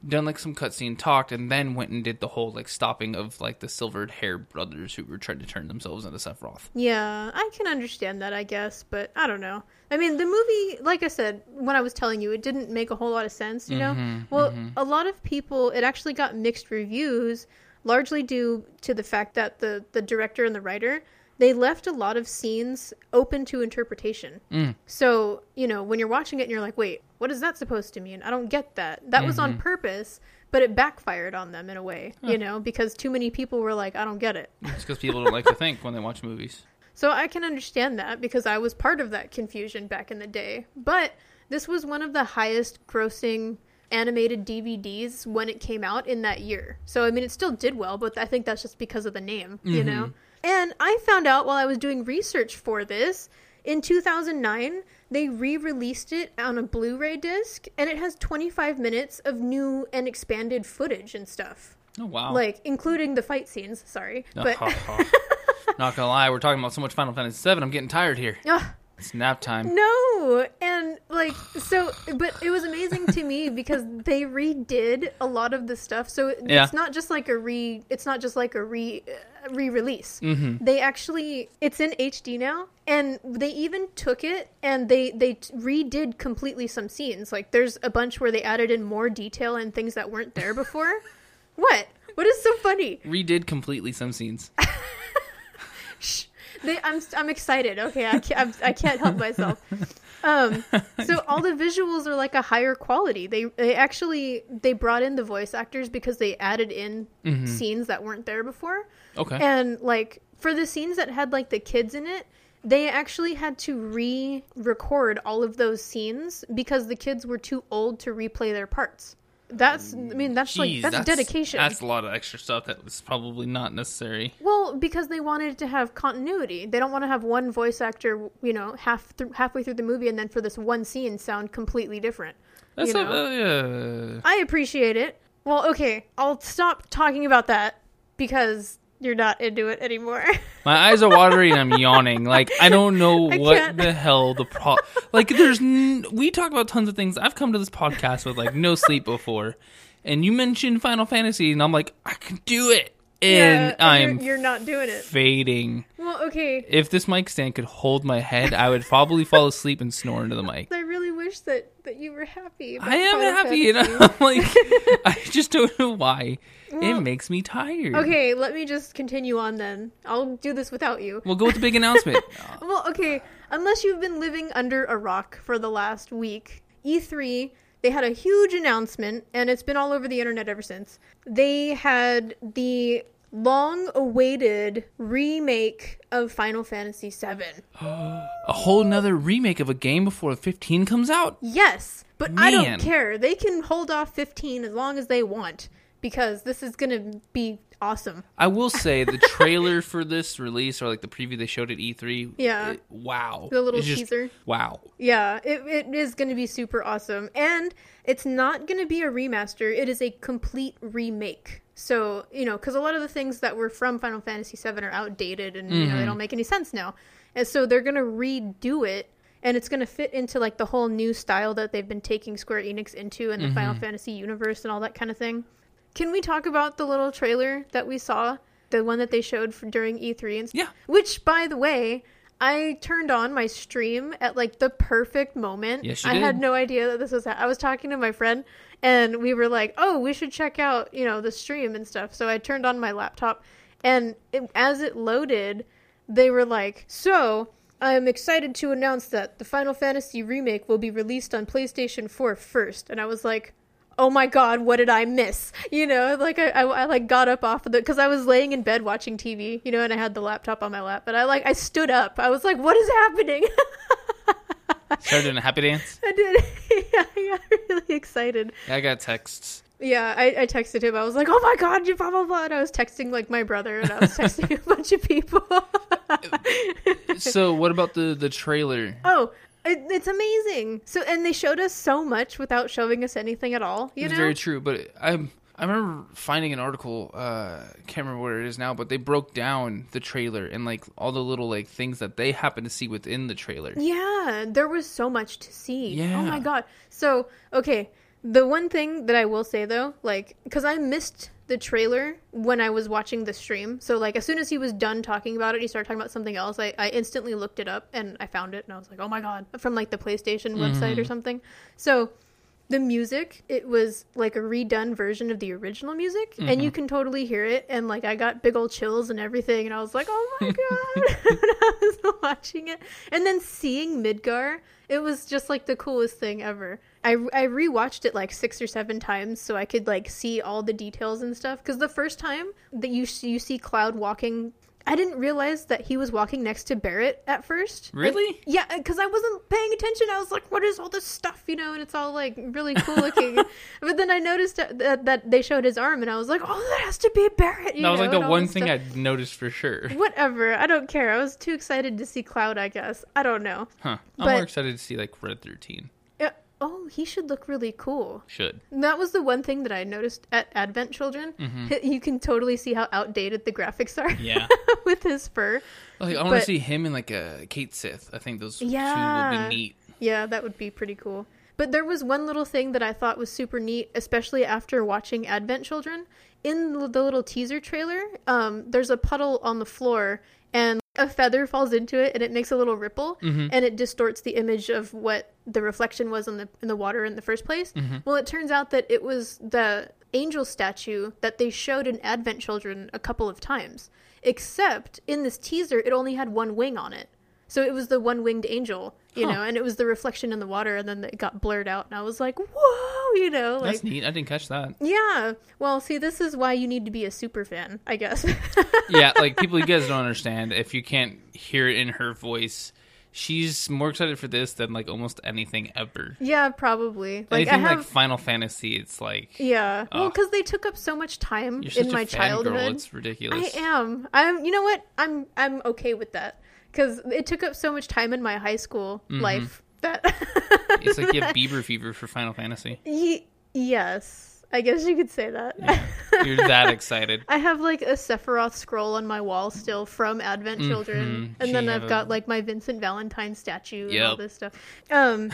Speaker 3: done like some cutscene, talked, and then went and did the whole like stopping of like the silvered hair brothers who were trying to turn themselves into Sephiroth.
Speaker 2: Yeah, I can understand that, I guess, but I don't know. I mean, the movie, like I said, when I was telling you, it didn't make a whole lot of sense, you know? Well, a lot of people, it actually got mixed reviews, largely due to the fact that the, the director and the writer, they left a lot of scenes open to interpretation. So, you know, when you're watching it and you're like, wait, what is that supposed to mean? I don't get that. That was on purpose, but it backfired on them in a way, you know, because too many people were like, I don't get it.
Speaker 3: It's because people don't like to think when they watch movies.
Speaker 2: So I can understand that because I was part of that confusion back in the day. But this was one of the highest grossing animated DVDs when it came out in that year. So I mean it still did well, but I think that's just because of the name, you know. And I found out while I was doing research for this, in 2009, they re-released it on a Blu-ray disc and it has 25 minutes of new and expanded footage and stuff.
Speaker 3: Oh wow! Uh-huh.
Speaker 2: Like including the fight scenes, sorry. But [laughs]
Speaker 3: Not gonna lie, we're talking about so much Final Fantasy VII. I'm getting tired here.
Speaker 2: Ugh.
Speaker 3: It's nap time.
Speaker 2: No, and like so, but it was amazing to me because they redid a lot of the stuff. So it-
Speaker 3: Yeah.
Speaker 2: it's not just like a re. It's not just like a re uh, re-release. They actually, it's in HD now, and they even took it and they they t- redid completely some scenes. Like there's a bunch where they added in more detail and things that weren't there before. what? What is so funny?
Speaker 3: Redid completely some scenes.
Speaker 2: They, I'm I'm excited. Okay, I can't I'm, I can't help myself. Um,
Speaker 3: [laughs]
Speaker 2: so all the visuals are like a higher quality. They they actually they brought in the voice actors because they added in scenes that weren't there before,
Speaker 3: Mm-hmm. Okay.
Speaker 2: and like for the scenes that had like the kids in it. They actually had to re record all of those scenes because the kids were too old to replay their parts. That's, I mean, that's like,
Speaker 3: Jeez,
Speaker 2: that's, dedication.
Speaker 3: That's a lot of extra stuff that was probably not necessary.
Speaker 2: Well, because they wanted it to have continuity. They don't want to have one voice actor, you know, half through halfway through the movie and then for this one scene sound completely different.
Speaker 3: That's
Speaker 2: you
Speaker 3: not.
Speaker 2: know?
Speaker 3: uh, yeah.
Speaker 2: I appreciate it. Well, okay, I'll stop talking about that because you're not into it anymore. [laughs]
Speaker 3: My eyes are watery and I'm yawning. Like I don't
Speaker 2: [laughs]
Speaker 3: know
Speaker 2: I
Speaker 3: what
Speaker 2: can't.
Speaker 3: the hell the pro. Like there's n- we talk about tons of things. I've come to this podcast with like no sleep before, and you mentioned Final Fantasy, and I'm like I can do it, and
Speaker 2: Yeah,
Speaker 3: I'm
Speaker 2: you're, you're not doing it.
Speaker 3: fading.
Speaker 2: Well, okay.
Speaker 3: If this mic stand could hold my head, I would probably fall asleep and snore into
Speaker 2: [laughs]
Speaker 3: the mic.
Speaker 2: I really wish that that you were happy. about
Speaker 3: I am
Speaker 2: Final
Speaker 3: happy, you
Speaker 2: Fantasy. [laughs]
Speaker 3: know. [laughs] like I just don't know why. it makes me tired.
Speaker 2: [laughs] Okay, let me just continue on then. I'll do this without you.
Speaker 3: We'll go with the big announcement.
Speaker 2: Well, okay, unless you've been living under a rock for the last week, E3, they had a huge announcement, and it's been all over the internet ever since. They had the long awaited remake of Final Fantasy VII.
Speaker 3: a whole nother remake of a game before 15 comes out.
Speaker 2: Yes, but I
Speaker 3: Man.
Speaker 2: don't care. They can hold off 15 as long as they want because this is going to be awesome.
Speaker 3: I will say the trailer for this release or like the preview they showed at E3.
Speaker 2: Yeah.
Speaker 3: it- wow.
Speaker 2: The little
Speaker 3: It's just-
Speaker 2: teaser.
Speaker 3: Wow.
Speaker 2: Yeah, it, it is going to be super awesome. And it's not going to be a remaster, it is a complete remake. So, you know, because a lot of the things that were from Final Fantasy VII are outdated and, you know, they don't make any sense now. And so they're going to redo it and it's going to fit into like the whole new style that they've been taking Square Enix into and the Final Fantasy universe and all that kind of thing. Can we talk about the little trailer that we saw? The one that they showed for, during E3 and stuff?
Speaker 3: Yeah.
Speaker 2: Which, by the way, I turned on my stream at like the perfect moment.
Speaker 3: Yes, you
Speaker 2: I had
Speaker 3: did.
Speaker 2: no idea that this was. Ha- I was talking to my friend, and we were like, "Oh, we should check out you know the stream and stuff." So I turned on my laptop, and it, as it loaded, they were like, "So." I am excited to announce that the Final Fantasy remake will be released on PlayStation 4 first. And I was like, oh my god what did i miss [laughs] you know like i, I, I like got up off of the because i was laying in bed watching tv you know and i had the laptop on my lap but i like i stood up i was like what is happening [laughs]
Speaker 3: Started doing a happy dance.
Speaker 2: i did [laughs] yeah, i got really excited
Speaker 3: Yeah, I got
Speaker 2: [laughs]
Speaker 3: texts.
Speaker 2: yeah I, I texted him i was like oh my god you blah blah blah and i was texting like my brother and i was texting a [laughs] bunch of people
Speaker 3: So what about the the trailer?
Speaker 2: oh it, it's amazing so and they showed us so much without showing us anything at all you
Speaker 3: It's
Speaker 2: know
Speaker 3: very true, but I I remember finding an article. Uh, can't remember where it is now, but they broke down the trailer and like all the little like things that they happen to see within the trailer.
Speaker 2: Yeah, there was so much to see. Oh my
Speaker 3: Yeah.
Speaker 2: god. So, okay, the one thing that I will say though, like cuz I missed the trailer when I was watching the stream. So like as soon as he was done talking about it, he started talking about something else. I, I instantly looked it up and I found it and I was like, "Oh my god." From like the PlayStation website or something. So, the music it was like a redone version of the original music and you can totally hear it and like i got big old chills and everything and i was like oh my god [laughs] when i was watching it and then seeing midgar it was just like the coolest thing ever I, I rewatched it like six or seven times so i could like see all the details and stuff because the first time that you, s- you see cloud walking i didn't realize that he was walking next to barrett at first
Speaker 3: Really?
Speaker 2: yeah, because I wasn't paying attention. I was like, "What is all this stuff?" You know, and it's all like really cool looking.
Speaker 3: [laughs]
Speaker 2: but then I noticed that, that they showed his arm, and I was like, "Oh, that has to be Barrett." You
Speaker 3: that was
Speaker 2: know,
Speaker 3: like the
Speaker 2: and all
Speaker 3: one
Speaker 2: this
Speaker 3: thing
Speaker 2: stuff.
Speaker 3: I noticed for sure. [laughs]
Speaker 2: Whatever, I don't care. I was too excited to see Cloud. I guess I don't know.
Speaker 3: Huh. I'm
Speaker 2: But-
Speaker 3: more excited to see like Red Thirteen.
Speaker 2: Yeah. Oh, he should look really cool.
Speaker 3: Should.
Speaker 2: And That was the one thing that I noticed at Advent Children. You can totally see how outdated the graphics are.
Speaker 3: Mm-hmm. Yeah.
Speaker 2: [laughs] with his fur.
Speaker 3: Like I want
Speaker 2: But-
Speaker 3: to see him and like a Kate Sith. I think those two
Speaker 2: Yeah.
Speaker 3: would be neat.
Speaker 2: Yeah, that would be pretty cool. But there was one little thing that I thought was super neat, especially after watching Advent Children. In the the little teaser trailer, um, there's a puddle on the floor and a feather falls into it and it makes a little ripple and it distorts the image of what the reflection was in the in the water in the first place. Well, it turns out that it was the angel statue that they showed in Advent Children a couple of times. Except in this teaser, it only had one wing on it. So it was the one winged angel, you
Speaker 3: Huh.
Speaker 2: know, and it was the reflection in the water, and then it got blurred out, and I was like, whoa, you know, like.
Speaker 3: That's neat. I didn't catch that.
Speaker 2: yeah. Well, see, this is why you need to be a super fan, I guess. [laughs]
Speaker 3: yeah, like people you guys don't understand if you can't hear it in her voice. She's more excited for this than like almost anything ever.
Speaker 2: yeah, probably. Like
Speaker 3: anything
Speaker 2: I have
Speaker 3: like Final Fantasy, it's like
Speaker 2: Yeah. Well,
Speaker 3: Ugh.
Speaker 2: cuz they took up so much time
Speaker 3: you're such
Speaker 2: in
Speaker 3: a
Speaker 2: my
Speaker 3: fangirl,
Speaker 2: childhood.
Speaker 3: It's ridiculous.
Speaker 2: I am. I'm. You know what? I'm. I'm okay with that because it took up so much time in my high school life that.
Speaker 3: Mm-hmm. It's like
Speaker 2: [laughs]
Speaker 3: you have Bieber fever for Final Fantasy.
Speaker 2: Ye- yes, I guess you could say that.
Speaker 3: You're that excited.
Speaker 2: I have like a Sephiroth scroll on my wall still from Advent Children, and then
Speaker 3: Mm-hmm. She
Speaker 2: I've
Speaker 3: have-
Speaker 2: got like my Vincent Valentine statue and all
Speaker 3: Yep.
Speaker 2: this stuff.
Speaker 3: [laughs]
Speaker 2: Um,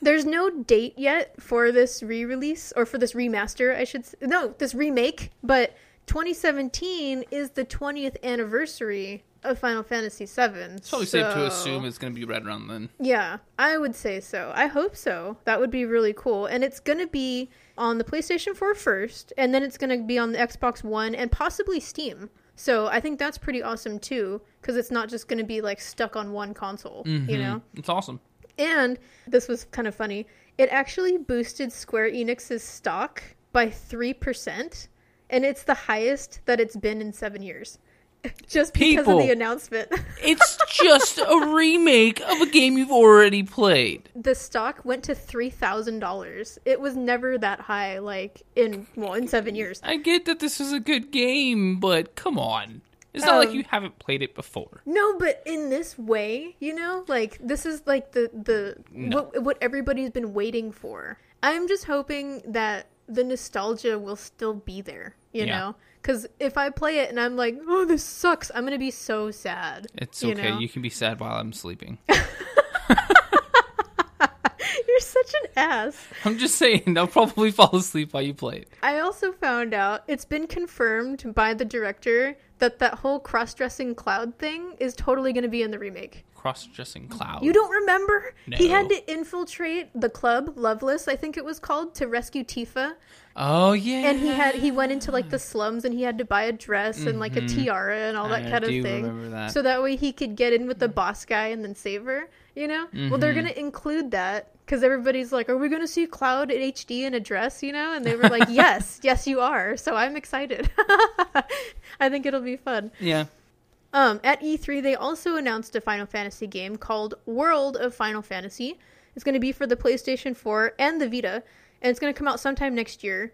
Speaker 2: there's no date yet for this re-release or for this remaster, I should s no, this remake. But 2017 is the 20th anniversary of Final Fantasy VII. It's
Speaker 3: Probably safe to assume it's going to be right around then.
Speaker 2: yeah, I would say so. I hope so. That would be really cool. And it's going to be on the PlayStation 4 first, and then it's going to be on the Xbox One and possibly Steam. So I think that's pretty awesome too, because it's not just going to be like stuck on one console, you know?
Speaker 3: It's awesome.
Speaker 2: And this was kind of funny. It actually boosted Square Enix's stock by 3%, and it's the highest that it's been in seven years. [laughs] just because
Speaker 3: People.
Speaker 2: of the announcement. [laughs]
Speaker 3: It's just a remake of a game you've already played.
Speaker 2: the stock went to three thousand dollars. It was never that high, like in well, in seven years.
Speaker 3: I get that this is a good game, but come on. It's not like
Speaker 2: Um,
Speaker 3: you haven't played it before.
Speaker 2: No, but in this way, you know, like this is like the the what, what everybody's been waiting for. I'm just hoping that the nostalgia will still be there, you
Speaker 3: Yeah.
Speaker 2: know. Because if I play it and I'm like, oh, this sucks, I'm gonna be so sad.
Speaker 3: It's
Speaker 2: you
Speaker 3: okay.
Speaker 2: know?
Speaker 3: You can be sad while I'm sleeping.
Speaker 2: [laughs]
Speaker 3: [laughs]
Speaker 2: You're such an ass.
Speaker 3: I'm just saying, I'll probably [laughs] fall asleep while you play it.
Speaker 2: I also found out it's been confirmed by the director that that whole cross-dressing cloud thing is totally going to be in the remake.
Speaker 3: Cross dressing cloud.
Speaker 2: You don't remember? He had
Speaker 3: Oh. No.
Speaker 2: to infiltrate the club, Loveless, I think it was called, to rescue Tifa,
Speaker 3: oh, yeah.
Speaker 2: and he had he went into like the slums and he had to buy a dress and like a tiara and all that
Speaker 3: Mm-hmm. I
Speaker 2: kind of
Speaker 3: do
Speaker 2: thing.
Speaker 3: remember that.
Speaker 2: So that way he could get in with the boss guy and then save her, you know? Well,
Speaker 3: Mm-hmm.
Speaker 2: they're going to include that cuz everybody's like, "Are we going to see Cloud in HD in a dress?" you know? And they were
Speaker 3: [laughs]
Speaker 2: like, "Yes, yes you are." So I'm excited. [laughs] I think it'll be fun.
Speaker 3: Yeah.
Speaker 2: Um, at E3, they also announced a Final Fantasy game called World of Final Fantasy. It's going to be for the PlayStation 4 and the Vita, and it's going to come out sometime next year.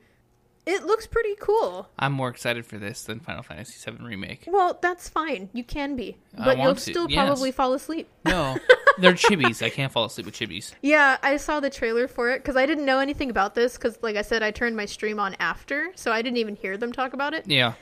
Speaker 2: It looks pretty cool.
Speaker 3: I'm more excited for this than Final Fantasy VII Remake.
Speaker 2: Well, that's fine. You can be.
Speaker 3: I
Speaker 2: But you'll
Speaker 3: want to,
Speaker 2: still
Speaker 3: yes.
Speaker 2: probably fall asleep.
Speaker 3: No, they're chibis. I can't fall asleep with chibis.
Speaker 2: Yeah, I saw the trailer for it because I didn't know anything about this because, like I said, I turned my stream on after, so I didn't even hear them talk about it.
Speaker 3: Yeah.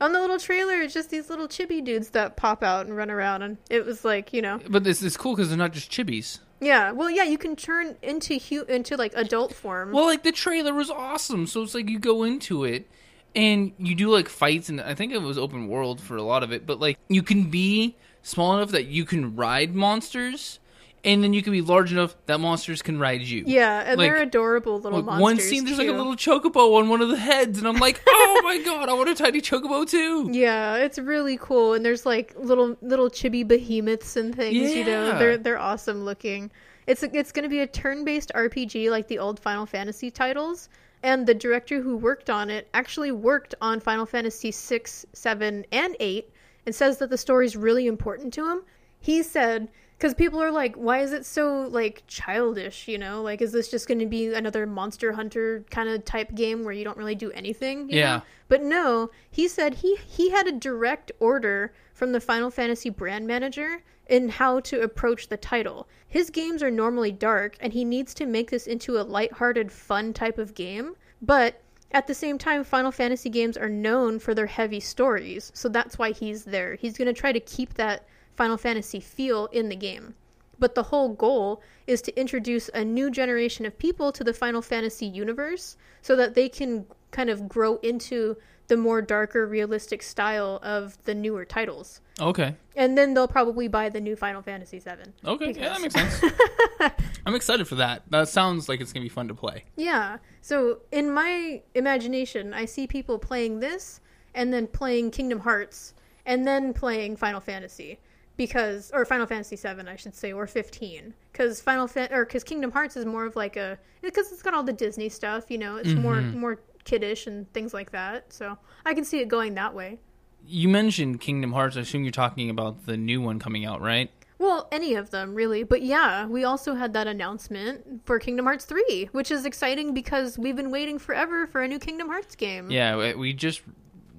Speaker 2: On the little trailer, it's just these little chibi dudes that pop out and run around, and it was like, you know.
Speaker 3: But this is cool because they're not just chibis.
Speaker 2: Yeah, well, yeah, you can turn into hu- into like adult form.
Speaker 3: Well, like the trailer was awesome. So it's like you go into it and you do like fights, and I think it was open world for a lot of it. But like you can be small enough that you can ride monsters, and then you can be large enough that monsters can ride you.
Speaker 2: yeah, and they're
Speaker 3: like-
Speaker 2: adorable little
Speaker 3: Like
Speaker 2: monsters.
Speaker 3: one scene, there's like
Speaker 2: too.
Speaker 3: a little chocobo on one of the heads, and I'm
Speaker 2: [laughs]
Speaker 3: like, oh my god, I want a tiny chocobo too.
Speaker 2: Yeah, it's really cool, and there's like little little chibi behemoths and things. You know,
Speaker 3: Yeah.
Speaker 2: they're they're awesome looking. It's it's going to be a turn-based RPG like the old Final Fantasy titles, and the director who worked on it actually worked on Final Fantasy 6, 7, and 8 and says that the story's really important to him. He said cuz people are like, "Why is it so like childish, you know? Like is this just going to be another Monster Hunter kind of type game where you don't really do anything?" you
Speaker 3: Yeah.
Speaker 2: know? But no, he said he he had a direct order from the Final Fantasy brand manager in how to approach the title. His games are normally dark and he needs to make this into a lighthearted fun type of game, but at the same time Final Fantasy games are known for their heavy stories, so that's why he's there. He's going to try to keep that Final Fantasy feel in the game. But the whole goal is to introduce a new generation of people to the Final Fantasy universe so that they can kind of grow into the more darker, realistic style of the newer titles.
Speaker 3: Okay,
Speaker 2: And then they'll probably buy the new Final Fantasy VII.
Speaker 3: okay, yeah,
Speaker 2: Because-
Speaker 3: that makes sense.
Speaker 2: [laughs]
Speaker 3: I'm excited for that. That sounds like it's gonna be fun to play.
Speaker 2: Yeah. So in my imagination, I see people playing this and then playing Kingdom Hearts and then playing Final Fantasy because or Final Fantasy 7 I should say or 15 cuz Final Fan or cuz Kingdom Hearts is more of like a because it's got all the Disney stuff, you know, it's more more kiddish and things like that. So I can see it going that way.
Speaker 3: You mentioned Kingdom Hearts. I assume you're talking about the new one coming out, right?
Speaker 2: Well, any of them really, but yeah, we also had that announcement for Kingdom Hearts 3, which is exciting because we've been waiting forever for a new Kingdom Hearts game.
Speaker 3: Yeah, we- we just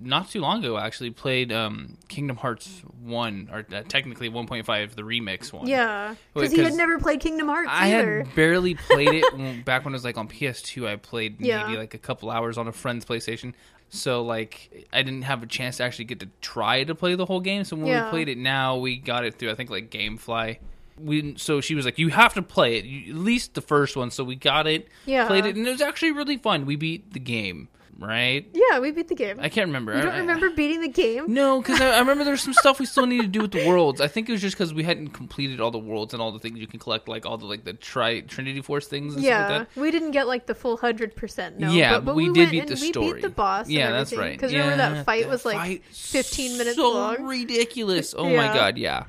Speaker 3: not too long ago actually played um, Kingdom Hearts one, or uh, technically 1.5, the remix one.
Speaker 2: Yeah,
Speaker 3: Wait,
Speaker 2: because he had
Speaker 3: 'cause
Speaker 2: never played Kingdom Hearts
Speaker 3: I
Speaker 2: either.
Speaker 3: had barely played
Speaker 2: [laughs]
Speaker 3: it when, back when it was like on PS2. I played
Speaker 2: Yeah.
Speaker 3: maybe like a couple hours on a friend's PlayStation, so like I didn't have a chance to actually get to try to play the whole game. So when
Speaker 2: Yeah.
Speaker 3: we played it now, we got it through. I think like GameFly. We so she was like, you have to play it, you, at least the first one. So we got it,
Speaker 2: Yeah.
Speaker 3: played it, and it was actually really fun. We beat the game, right?
Speaker 2: Yeah, we beat the game.
Speaker 3: I can't remember.
Speaker 2: you
Speaker 3: I
Speaker 2: don't remember beating the game?
Speaker 3: No, because I, I remember there was some stuff we still needed to do with the worlds. I think it was just because we hadn't completed all the worlds and all the things you can collect, like all the like the tri Trinity Force things. And
Speaker 2: yeah,
Speaker 3: stuff like that.
Speaker 2: we didn't get like the full hundred percent. No,
Speaker 3: Yeah,
Speaker 2: but, but
Speaker 3: but we did
Speaker 2: went
Speaker 3: beat
Speaker 2: and
Speaker 3: the
Speaker 2: we beat
Speaker 3: story.
Speaker 2: the boss.
Speaker 3: Yeah,
Speaker 2: and
Speaker 3: that's
Speaker 2: everything,
Speaker 3: right.
Speaker 2: Because remember
Speaker 3: Yeah,
Speaker 2: that fight
Speaker 3: that
Speaker 2: was like
Speaker 3: fight
Speaker 2: fifteen minutes
Speaker 3: so
Speaker 2: long. [laughs]
Speaker 3: ridiculous. Oh
Speaker 2: Yeah.
Speaker 3: my god, yeah.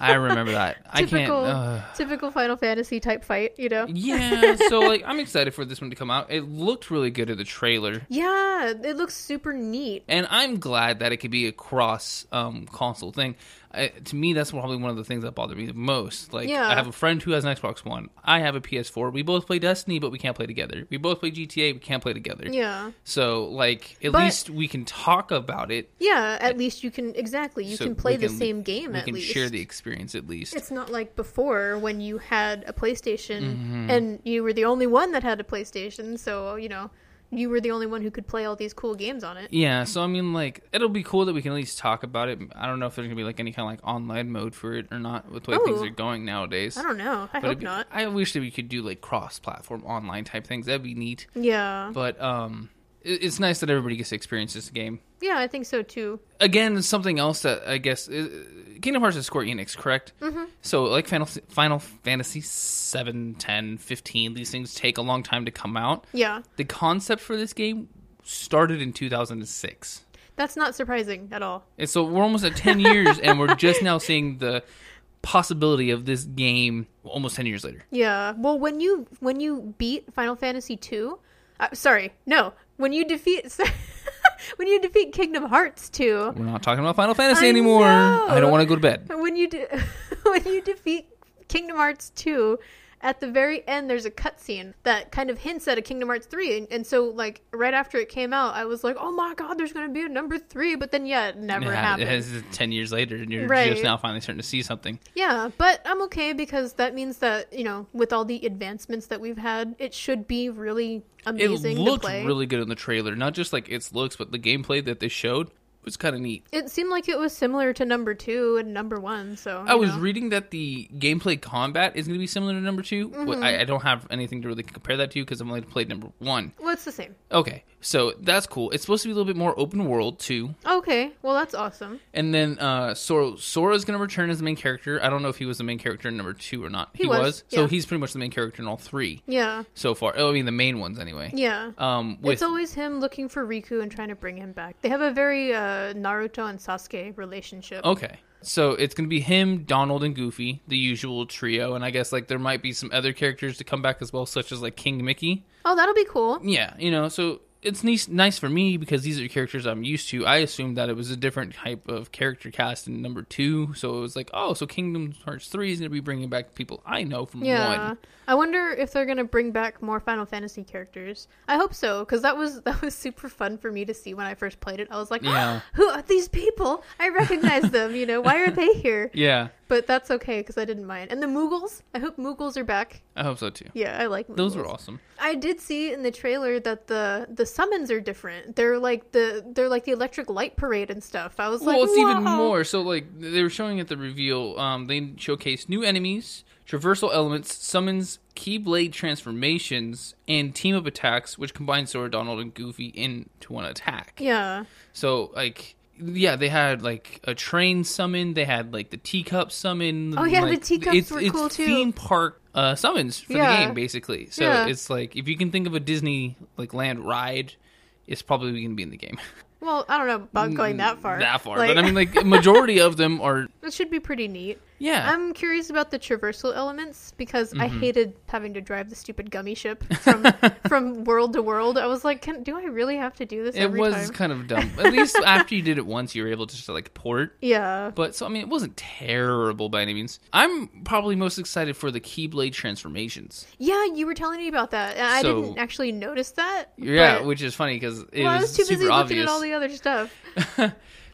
Speaker 3: I remember that. I can't.
Speaker 2: typical,
Speaker 3: ugh.
Speaker 2: typical Final Fantasy type fight, you know?
Speaker 3: Yeah, so like I'm excited for this one to come out. It looked really good in the trailer.
Speaker 2: Yeah, it looks super neat.
Speaker 3: and I'm glad that it could be a cross um, console thing. I, to me, that's probably one of the things that bothered me the most. Like,
Speaker 2: Yeah.
Speaker 3: I have a friend who has an Xbox One. I have a PS4. We both play Destiny, but we can't play together. We both play GTA. We can't play together.
Speaker 2: Yeah.
Speaker 3: So, like, at
Speaker 2: But-
Speaker 3: least we can talk about it.
Speaker 2: Yeah, at least you can exactly. You
Speaker 3: so
Speaker 2: can play
Speaker 3: we
Speaker 2: the same game
Speaker 3: We
Speaker 2: at
Speaker 3: can
Speaker 2: least.
Speaker 3: share the experience at least.
Speaker 2: It's not like before when you had a PlayStation
Speaker 3: Mm-hmm.
Speaker 2: and you were the only one that had a PlayStation, so you know, you were the only one who could play all these cool games on it.
Speaker 3: yeah. So, I mean, like, it'll be cool that we can at least talk about it. I don't know if there's gonna be like any kind of like online mode for it or not with the way things
Speaker 2: Oh.
Speaker 3: are going nowadays.
Speaker 2: I don't know. I
Speaker 3: But
Speaker 2: hope
Speaker 3: it'd be- [laughs]
Speaker 2: not.
Speaker 3: I wish that we could do like cross-platform online type things. That'd be neat.
Speaker 2: Yeah.
Speaker 3: But um, it- it's nice that everybody gets to experience this game.
Speaker 2: Yeah, I think so too.
Speaker 3: Again, something else that I guess uh, Kingdom Hearts is Square Enix, correct? Mm-hmm. So, like Final, Final Fantasy 7, 10, 15, these things take a long time to come out.
Speaker 2: Yeah.
Speaker 3: The concept for this game started in 2006.
Speaker 2: That's not surprising at all.
Speaker 3: And so we're almost
Speaker 2: [laughs]
Speaker 3: at 10 years, and we're just now seeing the possibility of this game almost 10 years later.
Speaker 2: Yeah. Well, when you when you beat Final Fantasy 2, uh, sorry. No. When you defeat [laughs] when you defeat Kingdom Hearts 2,
Speaker 3: We're not talking about Final Fantasy
Speaker 2: I
Speaker 3: anymore.
Speaker 2: know.
Speaker 3: I don't want to go
Speaker 2: [laughs]
Speaker 3: to bed.
Speaker 2: when you de- when you defeat Kingdom Hearts 2 at the very end there's a cutscene that kind of hints at a Kingdom Hearts 3 and, and so like right after it came out I was like oh my god there's going to be a number 3 but then yeah it never
Speaker 3: Yeah,
Speaker 2: happened
Speaker 3: it's 10 years later, and you're
Speaker 2: Right.
Speaker 3: just now finally starting to see something.
Speaker 2: yeah but I'm okay because that means that you know with all the advancements that we've had it should be really
Speaker 3: it
Speaker 2: amazing
Speaker 3: looked
Speaker 2: to play
Speaker 3: really good in the trailer. Not just like its looks, but the gameplay that they showed was kind of neat.
Speaker 2: it seemed like it was similar to number 2 and number 1 so
Speaker 3: I
Speaker 2: you
Speaker 3: was
Speaker 2: know.
Speaker 3: reading that the gameplay combat is going to be similar to number 2 Wh-
Speaker 2: Mm-hmm.
Speaker 3: I, I don't have anything to really compare that to because I've only played number one.
Speaker 2: well it's the same
Speaker 3: Okay, so that's cool. It's supposed to be a little bit more open world too.
Speaker 2: okay well that's awesome
Speaker 3: And then uh, Sora Sora is going to return as the main character. I don't know if he was the main character in number two or not. He,
Speaker 2: was,
Speaker 3: so
Speaker 2: yeah.
Speaker 3: he's pretty much the main character in all three
Speaker 2: yeah
Speaker 3: so far. Oh, I mean the main ones anyway.
Speaker 2: yeah
Speaker 3: Um, with
Speaker 2: It's always him looking for Riku and trying to bring him back. They have a very uh, Naruto and Sasuke relationship.
Speaker 3: Okay. So it's going to be him, Donald, and Goofy, the usual trio. And I guess, like, there might be some other characters to come back as well, such as, like, King Mickey.
Speaker 2: Oh, that'll be cool.
Speaker 3: Yeah, you know, so it's nice, nice for me because these are characters I'm used to. I assumed that it was a different type of character cast in number two. So it was like, oh, so Kingdom Hearts 3 is going to be bringing back people I know from
Speaker 2: Yeah.
Speaker 3: one.
Speaker 2: I wonder if they're gonna bring back more Final Fantasy characters. I hope so, because that was [laughs] that was super fun for me to see when I first played it. I was like,
Speaker 3: Yeah.
Speaker 2: [gasps] "Who are these people? I
Speaker 3: [laughs]
Speaker 2: recognize them. You know, why are they here?"
Speaker 3: Yeah,
Speaker 2: But that's okay because I didn't mind. And the Moogles. I hope Moogles are back.
Speaker 3: I hope so too.
Speaker 2: Yeah, I like Moogles.
Speaker 3: Those were awesome.
Speaker 2: I did see in the trailer that the the summons are different. They're like the they're like the electric light parade and stuff. I was like,
Speaker 3: well, it's even
Speaker 2: "Whoa."
Speaker 3: more. So, like, they were showing at the reveal, um, they showcased new enemies, traversal elements, summons, keyblade transformations, and team up attacks, which combine Sora, Donald, and Goofy into one attack.
Speaker 2: Yeah,
Speaker 3: So, like, yeah, they had like a train summon. They had like the teacup summon.
Speaker 2: Oh, yeah, the
Speaker 3: like,
Speaker 2: teacups
Speaker 3: it's,
Speaker 2: were
Speaker 3: it's
Speaker 2: cool, too.
Speaker 3: Theme park uh, summons for
Speaker 2: Yeah.
Speaker 3: the game, basically. So
Speaker 2: Yeah.
Speaker 3: it's like if you can think of a Disney like land ride, it's probably going to be in the game. [laughs]
Speaker 2: well, I don't know about going that far.
Speaker 3: Mm, That far,
Speaker 2: Like,
Speaker 3: but I mean, like majority of them are
Speaker 2: [laughs] it should be pretty neat.
Speaker 3: yeah. Mm-hmm.
Speaker 2: I'm curious about the traversal elements because I hated having to drive the stupid gummy
Speaker 3: [laughs]
Speaker 2: ship from from world to world. I was like, Can, do I really have to do this
Speaker 3: it
Speaker 2: every
Speaker 3: was
Speaker 2: time?
Speaker 3: kind
Speaker 2: [laughs]
Speaker 3: of dumb. At least after you did it once, you were able to just like port.
Speaker 2: yeah,
Speaker 3: But so I mean, it wasn't terrible by any means. I'm probably most excited for the Keyblade transformations.
Speaker 2: yeah. You were telling me about that, and I
Speaker 3: So-
Speaker 2: didn't actually notice that.
Speaker 3: Yeah,
Speaker 2: but-
Speaker 3: which is funny because it
Speaker 2: well, I
Speaker 3: was,
Speaker 2: was too
Speaker 3: super
Speaker 2: busy looking
Speaker 3: obvious.
Speaker 2: at all the other stuff.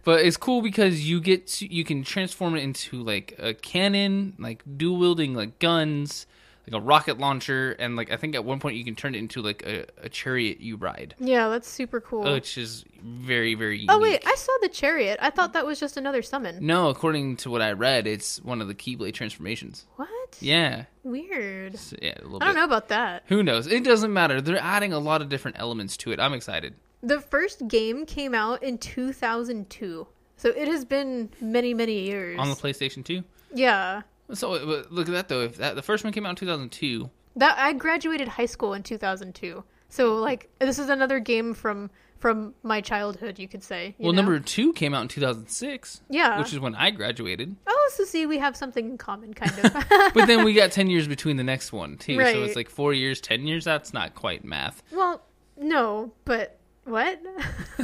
Speaker 3: but it's cool because you get to, you can transform it into like a cannon, like dual wielding like guns, like a rocket launcher, and like I think at one point you can turn it into like a, a chariot you ride,
Speaker 2: Yeah, that's super cool.
Speaker 3: which is very very. Oh, Unique. Mm,
Speaker 2: Oh wait, I saw the chariot. I thought that was just another summon.
Speaker 3: No, according to what I read, it's one of the Keyblade transformations.
Speaker 2: What?
Speaker 3: Yeah,
Speaker 2: Weird.
Speaker 3: So, yeah, a little
Speaker 2: I don't
Speaker 3: bit.
Speaker 2: know about that.
Speaker 3: Who knows? It doesn't matter. They're adding a lot of different elements to it. I'm excited.
Speaker 2: The first game came out in 2002. So it has been many, many years.
Speaker 3: On the PlayStation 2.
Speaker 2: yeah.
Speaker 3: So uh, but look at that though. If that the first one came out in 2002,
Speaker 2: That I graduated high school in 2002. So like this is another game from from my childhood, you could say. you
Speaker 3: well,
Speaker 2: know?
Speaker 3: number two came out in 2006.
Speaker 2: Yeah.
Speaker 3: Which is when I graduated.
Speaker 2: Oh, so see, we have something in common, kind of.
Speaker 3: [laughs] But then we got 10 years between the next one, too. So
Speaker 2: Right.
Speaker 3: it's like four years, 10 years. That's not quite math.
Speaker 2: [laughs] well, no, but
Speaker 3: [laughs]
Speaker 2: what? [laughs]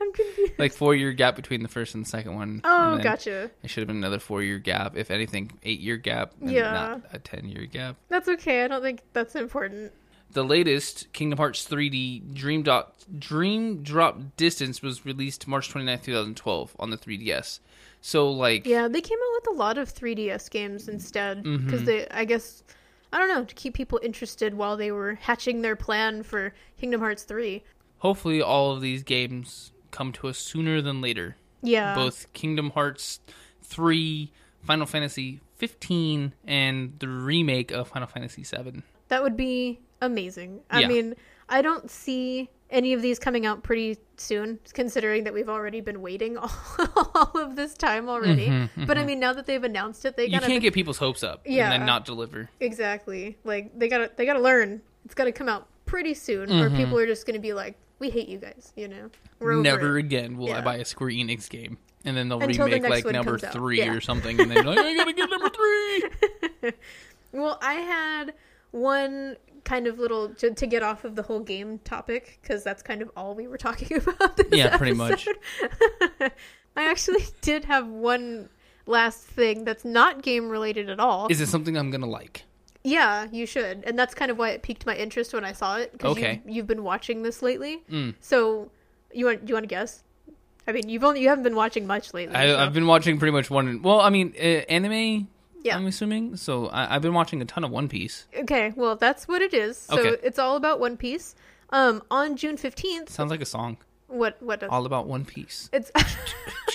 Speaker 2: I'm confused.
Speaker 3: Like four year gap between the first and the second one.
Speaker 2: Oh,
Speaker 3: and then
Speaker 2: gotcha.
Speaker 3: It should have been another four year gap. If anything, eight year gap. And
Speaker 2: Yeah.
Speaker 3: Not a 10 year gap.
Speaker 2: That's okay. I don't think that's important.
Speaker 3: The latest Kingdom Hearts 3D Dream Dot Dream Drop Distance was released March 29th, 2012 on the 3DS. So like
Speaker 2: Yeah, they came out with a lot of 3DS games instead
Speaker 3: Mm-hmm.
Speaker 2: because they, I guess, I don't know, to keep people interested while they were hatching their plan for Kingdom Hearts 3.
Speaker 3: hopefully all of these games come to us sooner than later.
Speaker 2: Yeah.
Speaker 3: Both Kingdom Hearts 3, Final Fantasy 15 and the remake of Final Fantasy 7.
Speaker 2: That would be amazing. I
Speaker 3: Yeah.
Speaker 2: mean, I don't see any of these coming out pretty soon, considering that we've already been waiting [laughs] all, all of this time already. But I mean, now that they've announced it, they
Speaker 3: Mm-hmm, You
Speaker 2: gotta
Speaker 3: can't get people's hopes up and
Speaker 2: Yeah.
Speaker 3: then not deliver.
Speaker 2: exactly like they gotta they gotta learn. It's gotta come out pretty soon,
Speaker 3: Mm-hmm.
Speaker 2: or people are just gonna be like, "We hate you guys," you know. We're over
Speaker 3: Never
Speaker 2: it.
Speaker 3: again will I
Speaker 2: Yeah.
Speaker 3: buy a Square Enix game. And then they'll
Speaker 2: Until the
Speaker 3: remake
Speaker 2: next
Speaker 3: like
Speaker 2: one
Speaker 3: number
Speaker 2: comes out.
Speaker 3: 3
Speaker 2: Yeah.
Speaker 3: or something and they're like I got to get number
Speaker 2: [laughs]
Speaker 3: 3.
Speaker 2: Well, I had one kind of little to, to get off of the whole game topic because that's kind of all we were [laughs] talking about. This
Speaker 3: Yeah, pretty much.
Speaker 2: much. [laughs] I actually did have one last thing that's not game related at all.
Speaker 3: Is it something I'm going to like?
Speaker 2: yeah, you should, and that's kind of why it piqued my interest when I saw it. 'cause
Speaker 3: Okay. Mm.
Speaker 2: you, you've been watching this lately, so you want you want to guess? I mean, you've only you haven't been watching much lately.
Speaker 3: I,
Speaker 2: so-
Speaker 3: I've been watching pretty much one. Well, I mean, uh, anime.
Speaker 2: Yeah.
Speaker 3: I'm assuming. So I, I've been watching a ton of One Piece.
Speaker 2: okay, well, that's what it is. So
Speaker 3: Okay.
Speaker 2: it's all about One Piece. Um, on June fifteenth,
Speaker 3: Sounds like a song.
Speaker 2: What what does
Speaker 3: All about One Piece.
Speaker 2: [laughs] it's [laughs]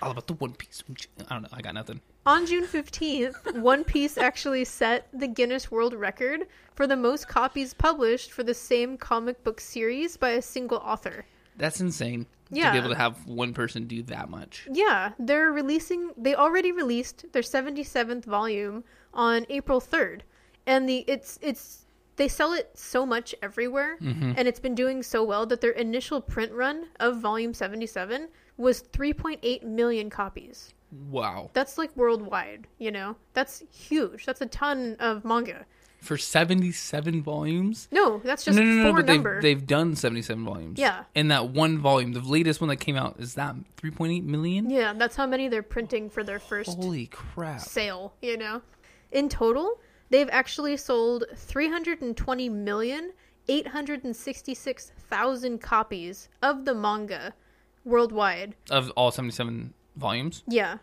Speaker 3: All about the One Piece. I don't know. I got nothing.
Speaker 2: on June fifteenth, One Piece actually set the Guinness World Record for the most copies published for the same comic book series by a single author.
Speaker 3: That's insane. To
Speaker 2: Yeah.
Speaker 3: be able to have one person do that much.
Speaker 2: Yeah, they're releasing they already released their seventy seventh volume on April third. And the it's it's they sell it so much everywhere
Speaker 3: Mm-hmm.
Speaker 2: and it's been doing so well that their initial print run of volume seventy seven was three point eight million copies.
Speaker 3: Wow.
Speaker 2: that's like worldwide you know that's huge that's a ton of manga
Speaker 3: For 77 volumes?
Speaker 2: no that's just
Speaker 3: No, no, no, no
Speaker 2: four
Speaker 3: but they've,
Speaker 2: number
Speaker 3: they've done 77 volumes.
Speaker 2: Yeah.
Speaker 3: And that one volume, the latest one that came out, is that 3.8 million?
Speaker 2: yeah that's how many they're printing for their first
Speaker 3: Holy crap.
Speaker 2: sale you know in total they've actually sold 320 million 866,000 copies of the manga worldwide
Speaker 3: Of all 77 volumes?
Speaker 2: yeah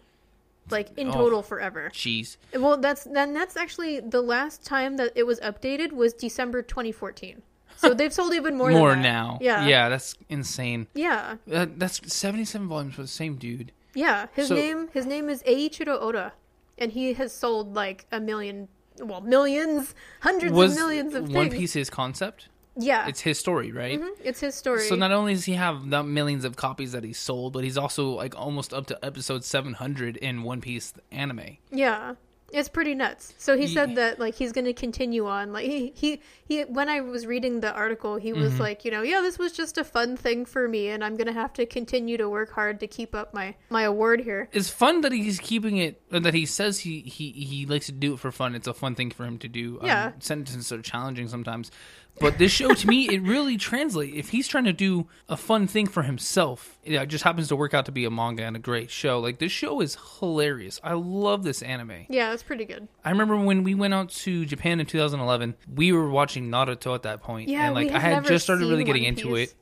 Speaker 2: like in
Speaker 3: Oh.
Speaker 2: total forever
Speaker 3: Jeez.
Speaker 2: well that's then that's actually the last time that it was updated was December 2014 so they've sold even more
Speaker 3: More
Speaker 2: than that.
Speaker 3: now.
Speaker 2: yeah
Speaker 3: Yeah, that's insane.
Speaker 2: Yeah,
Speaker 3: That, that's 77 volumes for the same dude.
Speaker 2: yeah. His
Speaker 3: So-
Speaker 2: name his name is Eiichiro Oda, and he has sold like a million, well, millions, hundreds
Speaker 3: Was
Speaker 2: of millions of
Speaker 3: One
Speaker 2: things. Mm-hmm.
Speaker 3: Piece his concept?
Speaker 2: yeah,
Speaker 3: It's
Speaker 2: it's,
Speaker 3: his story, right?
Speaker 2: his story.
Speaker 3: So not only does he have the millions of copies that he sold, but he's also like almost up to episode 700 in One Piece anime.
Speaker 2: yeah, it's pretty nuts. So he
Speaker 3: Ye-
Speaker 2: said that like he's going to continue on. Like he, he he when I was reading the article, he
Speaker 3: Mm-hmm.
Speaker 2: was like, you know, yeah, this was just a fun thing for me, and I'm going to have to continue to work hard to keep up my my award here.
Speaker 3: It's fun that he's keeping it, or that he says he, he, he likes to do it for fun. It's a fun thing for him to do.
Speaker 2: Yeah.
Speaker 3: Um, sentences are challenging sometimes. But this show, to me, it really translates. If he's trying to do a fun thing for himself, it just happens to work out to be a manga and a great show. Like, this show is hilarious. I love this anime.
Speaker 2: Yeah, it's pretty good.
Speaker 3: I remember when we went out to Japan in 2011, we were watching Naruto at that point,
Speaker 2: Yeah,
Speaker 3: and like
Speaker 2: we
Speaker 3: I
Speaker 2: had
Speaker 3: had
Speaker 2: never
Speaker 3: just started
Speaker 2: seen
Speaker 3: really getting
Speaker 2: One
Speaker 3: into
Speaker 2: Piece.
Speaker 3: it,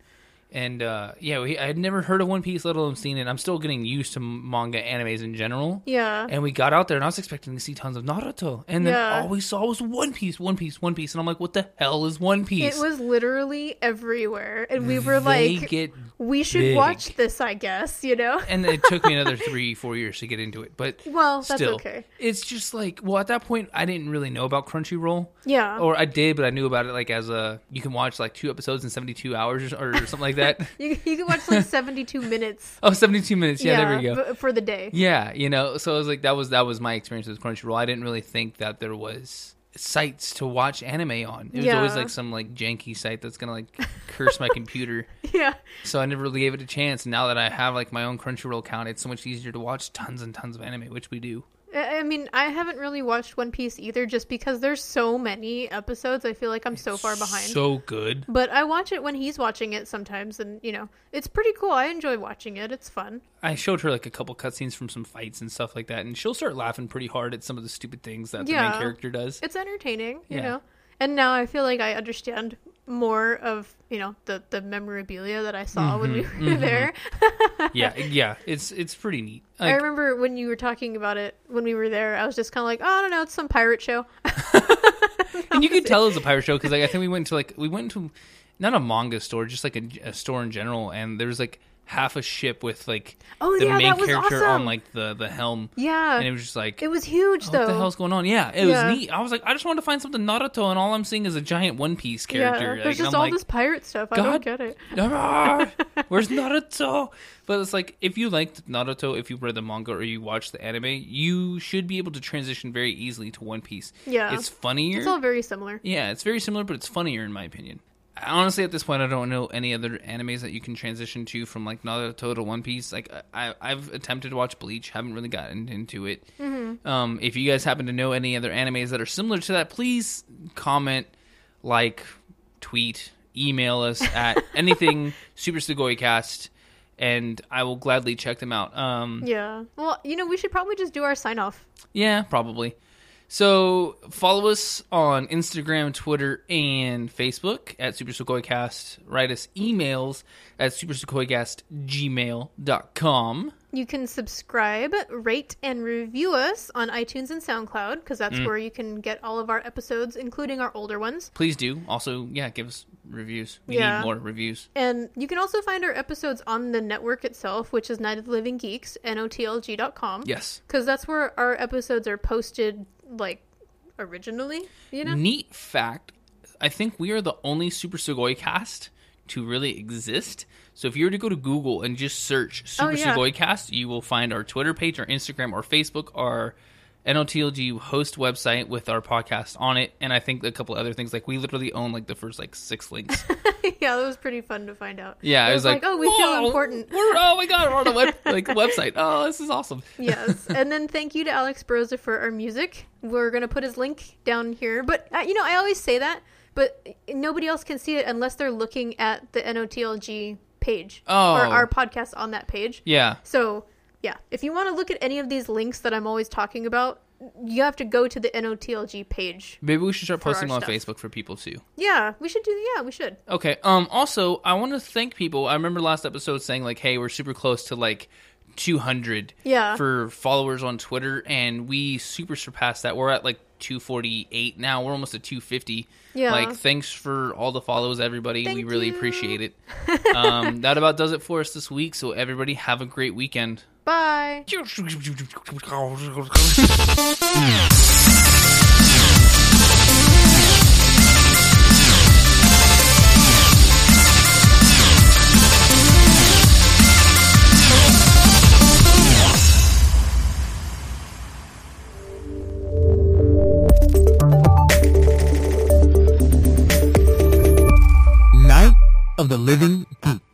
Speaker 3: and uh, yeah, we, I had never heard of One Piece, let alone seen it. I'm still getting used to m- manga animes in general.
Speaker 2: Yeah.
Speaker 3: And we got out there, and I was expecting to see tons of Naruto, and then
Speaker 2: Yeah.
Speaker 3: all we saw was One Piece, One Piece, One Piece, and I'm like, what the hell is One Piece?
Speaker 2: It was literally everywhere, and we were
Speaker 3: They
Speaker 2: like,
Speaker 3: get
Speaker 2: "We should
Speaker 3: big.
Speaker 2: watch this, I guess." You know?
Speaker 3: and it took me another three, [laughs] four years to get into it, but
Speaker 2: [laughs] Well, that's
Speaker 3: still,
Speaker 2: okay.
Speaker 3: It's just like, well, at that point, I didn't really know about Crunchyroll.
Speaker 2: Yeah.
Speaker 3: or I did, but I knew about it like as a you can watch like two episodes in 72 hours or, or something
Speaker 2: [laughs]
Speaker 3: like that.
Speaker 2: you, you can watch like 72 minutes.
Speaker 3: oh, 72 minutes. [laughs] Yeah, there we go.
Speaker 2: b- for the day.
Speaker 3: yeah, you know, so I was like that was that was my experience with Crunchyroll. I didn't really think that there was sites to watch anime on. It was
Speaker 2: Yeah.
Speaker 3: always like some like janky site that's gonna like curse my
Speaker 2: [laughs]
Speaker 3: computer.
Speaker 2: Yeah.
Speaker 3: So I never really gave it a chance. Now that I have like my own Crunchyroll account, it's so much easier to watch tons and tons of anime, which we do.
Speaker 2: I I mean, I haven't really watched One Piece either just because there's so many episodes. I feel like I'm so far behind.
Speaker 3: So good.
Speaker 2: but I watch it when he's watching it sometimes, and, you know, it's pretty cool. I enjoy watching it. It's fun.
Speaker 3: I showed her like a couple cutscenes from some fights and stuff like that, and she'll start laughing pretty hard at some of the stupid things that the
Speaker 2: Yeah.
Speaker 3: main
Speaker 2: [laughs]
Speaker 3: character does.
Speaker 2: It's entertaining, you
Speaker 3: Yeah.
Speaker 2: know? And now I feel like I understand more of, you know, the, the memorabilia that I saw when we were [laughs]
Speaker 3: Mm-hmm.
Speaker 2: there.
Speaker 3: yeah, yeah. It's it's pretty neat.
Speaker 2: I
Speaker 3: Like,
Speaker 2: remember when you were talking about it when we were there, I was just kind of like, oh, I don't know, it's some pirate show.
Speaker 3: and you could tell it was a pirate show because like I think we went to like we went to not a manga store, just like a, a store in general, and there was like half a ship with like
Speaker 2: Oh,
Speaker 3: the
Speaker 2: yeah,
Speaker 3: main
Speaker 2: that was
Speaker 3: character
Speaker 2: awesome.
Speaker 3: on like the the helm,
Speaker 2: Yeah.
Speaker 3: and it was just like
Speaker 2: It was huge,
Speaker 3: what
Speaker 2: though.
Speaker 3: the hell's going on? Yeah, it
Speaker 2: Yeah.
Speaker 3: was neat. I was like, I just wanted to find something Naruto, and all I'm seeing is a giant One Piece character.
Speaker 2: Yeah,
Speaker 3: like,
Speaker 2: there's
Speaker 3: and
Speaker 2: just
Speaker 3: I'm
Speaker 2: all
Speaker 3: like,
Speaker 2: this pirate stuff. I don't
Speaker 3: God.
Speaker 2: get
Speaker 3: [laughs]
Speaker 2: it. [laughs]
Speaker 3: "Arr, where's Naruto? But it's like if you liked Naruto, if you read the manga or you watched the anime, you should be able to transition very easily to One Piece.
Speaker 2: Yeah.
Speaker 3: it's funnier.
Speaker 2: It's all very similar.
Speaker 3: yeah, it's very similar, but it's funnier in my opinion. Honestly, at this point, I don't know any other animes that you can transition to from like Naruto to One Piece. Like I, I've attempted to watch Bleach, haven't really gotten into it. Um, if you guys happen to know any other animes that are similar to that, please comment, like, tweet, email us at anything Super Sugoi Cast, and I will gladly check them out. Um,
Speaker 2: Yeah. Well, you know, we should probably just do our sign off.
Speaker 3: yeah, probably. So follow us on Instagram, Twitter, and Facebook at Super Sequoia Cast. Write us emails at Super gmail.com.
Speaker 2: You can subscribe, rate, and review us on iTunes and SoundCloud because that's
Speaker 3: Mm.
Speaker 2: where you can get all of our episodes, including our older ones.
Speaker 3: Please do. Also, yeah, give us reviews. We
Speaker 2: Yeah.
Speaker 3: need more reviews.
Speaker 2: And you can also find our episodes on the network itself, which is Night of the Living Geeks, notlg.com.
Speaker 3: Yes.
Speaker 2: Because that's where our episodes are posted, like, originally, you know?
Speaker 3: Neat fact I think we are the only Super Sugoi cast to really exist. So if you were to go to Google and just search
Speaker 2: Oh,
Speaker 3: Super
Speaker 2: yeah.
Speaker 3: Sugoi cast, you will find our Twitter page, our Instagram, our Facebook, our NOTLG host website with our podcast on it. And I think a couple other things. Like we literally own like the first like
Speaker 2: [laughs]
Speaker 3: six links.
Speaker 2: [laughs] yeah, that was pretty fun to find out.
Speaker 3: Yeah.
Speaker 2: it was like, oh, we
Speaker 3: "Whoa,
Speaker 2: feel important.
Speaker 3: We're, oh my God. We're on a web,
Speaker 2: [laughs]
Speaker 3: like website. Oh, this is awesome. [laughs]
Speaker 2: yes and then thank you to alex broza for our music we're going to put his link down here but uh, you know i always say that but nobody else can see it unless they're looking at the notlg page or
Speaker 3: Oh.
Speaker 2: our podcast on that page
Speaker 3: Yeah.
Speaker 2: so yeah if you want to look at any of these links that i'm always talking about you have to go to the notlg page
Speaker 3: Maybe we should start
Speaker 2: For our
Speaker 3: posting on
Speaker 2: stuff.
Speaker 3: Facebook for people too.
Speaker 2: yeah we should do yeah we should
Speaker 3: Okay. Um. Also, I want to thank people. I remember last episode saying like, "Hey, we're super close to like 200
Speaker 2: Yeah.
Speaker 3: for followers on Twitter," and we super surpassed that. We're at like 248 now. We're almost at 250.
Speaker 2: Yeah.
Speaker 3: Like, thanks for all the follows, everybody. we
Speaker 2: Thank
Speaker 3: really
Speaker 2: you.
Speaker 3: appreciate
Speaker 2: [laughs]
Speaker 3: it. um. That about does it for us this week. So everybody, have a great weekend.
Speaker 2: bye
Speaker 1: Night of the Living Geeks.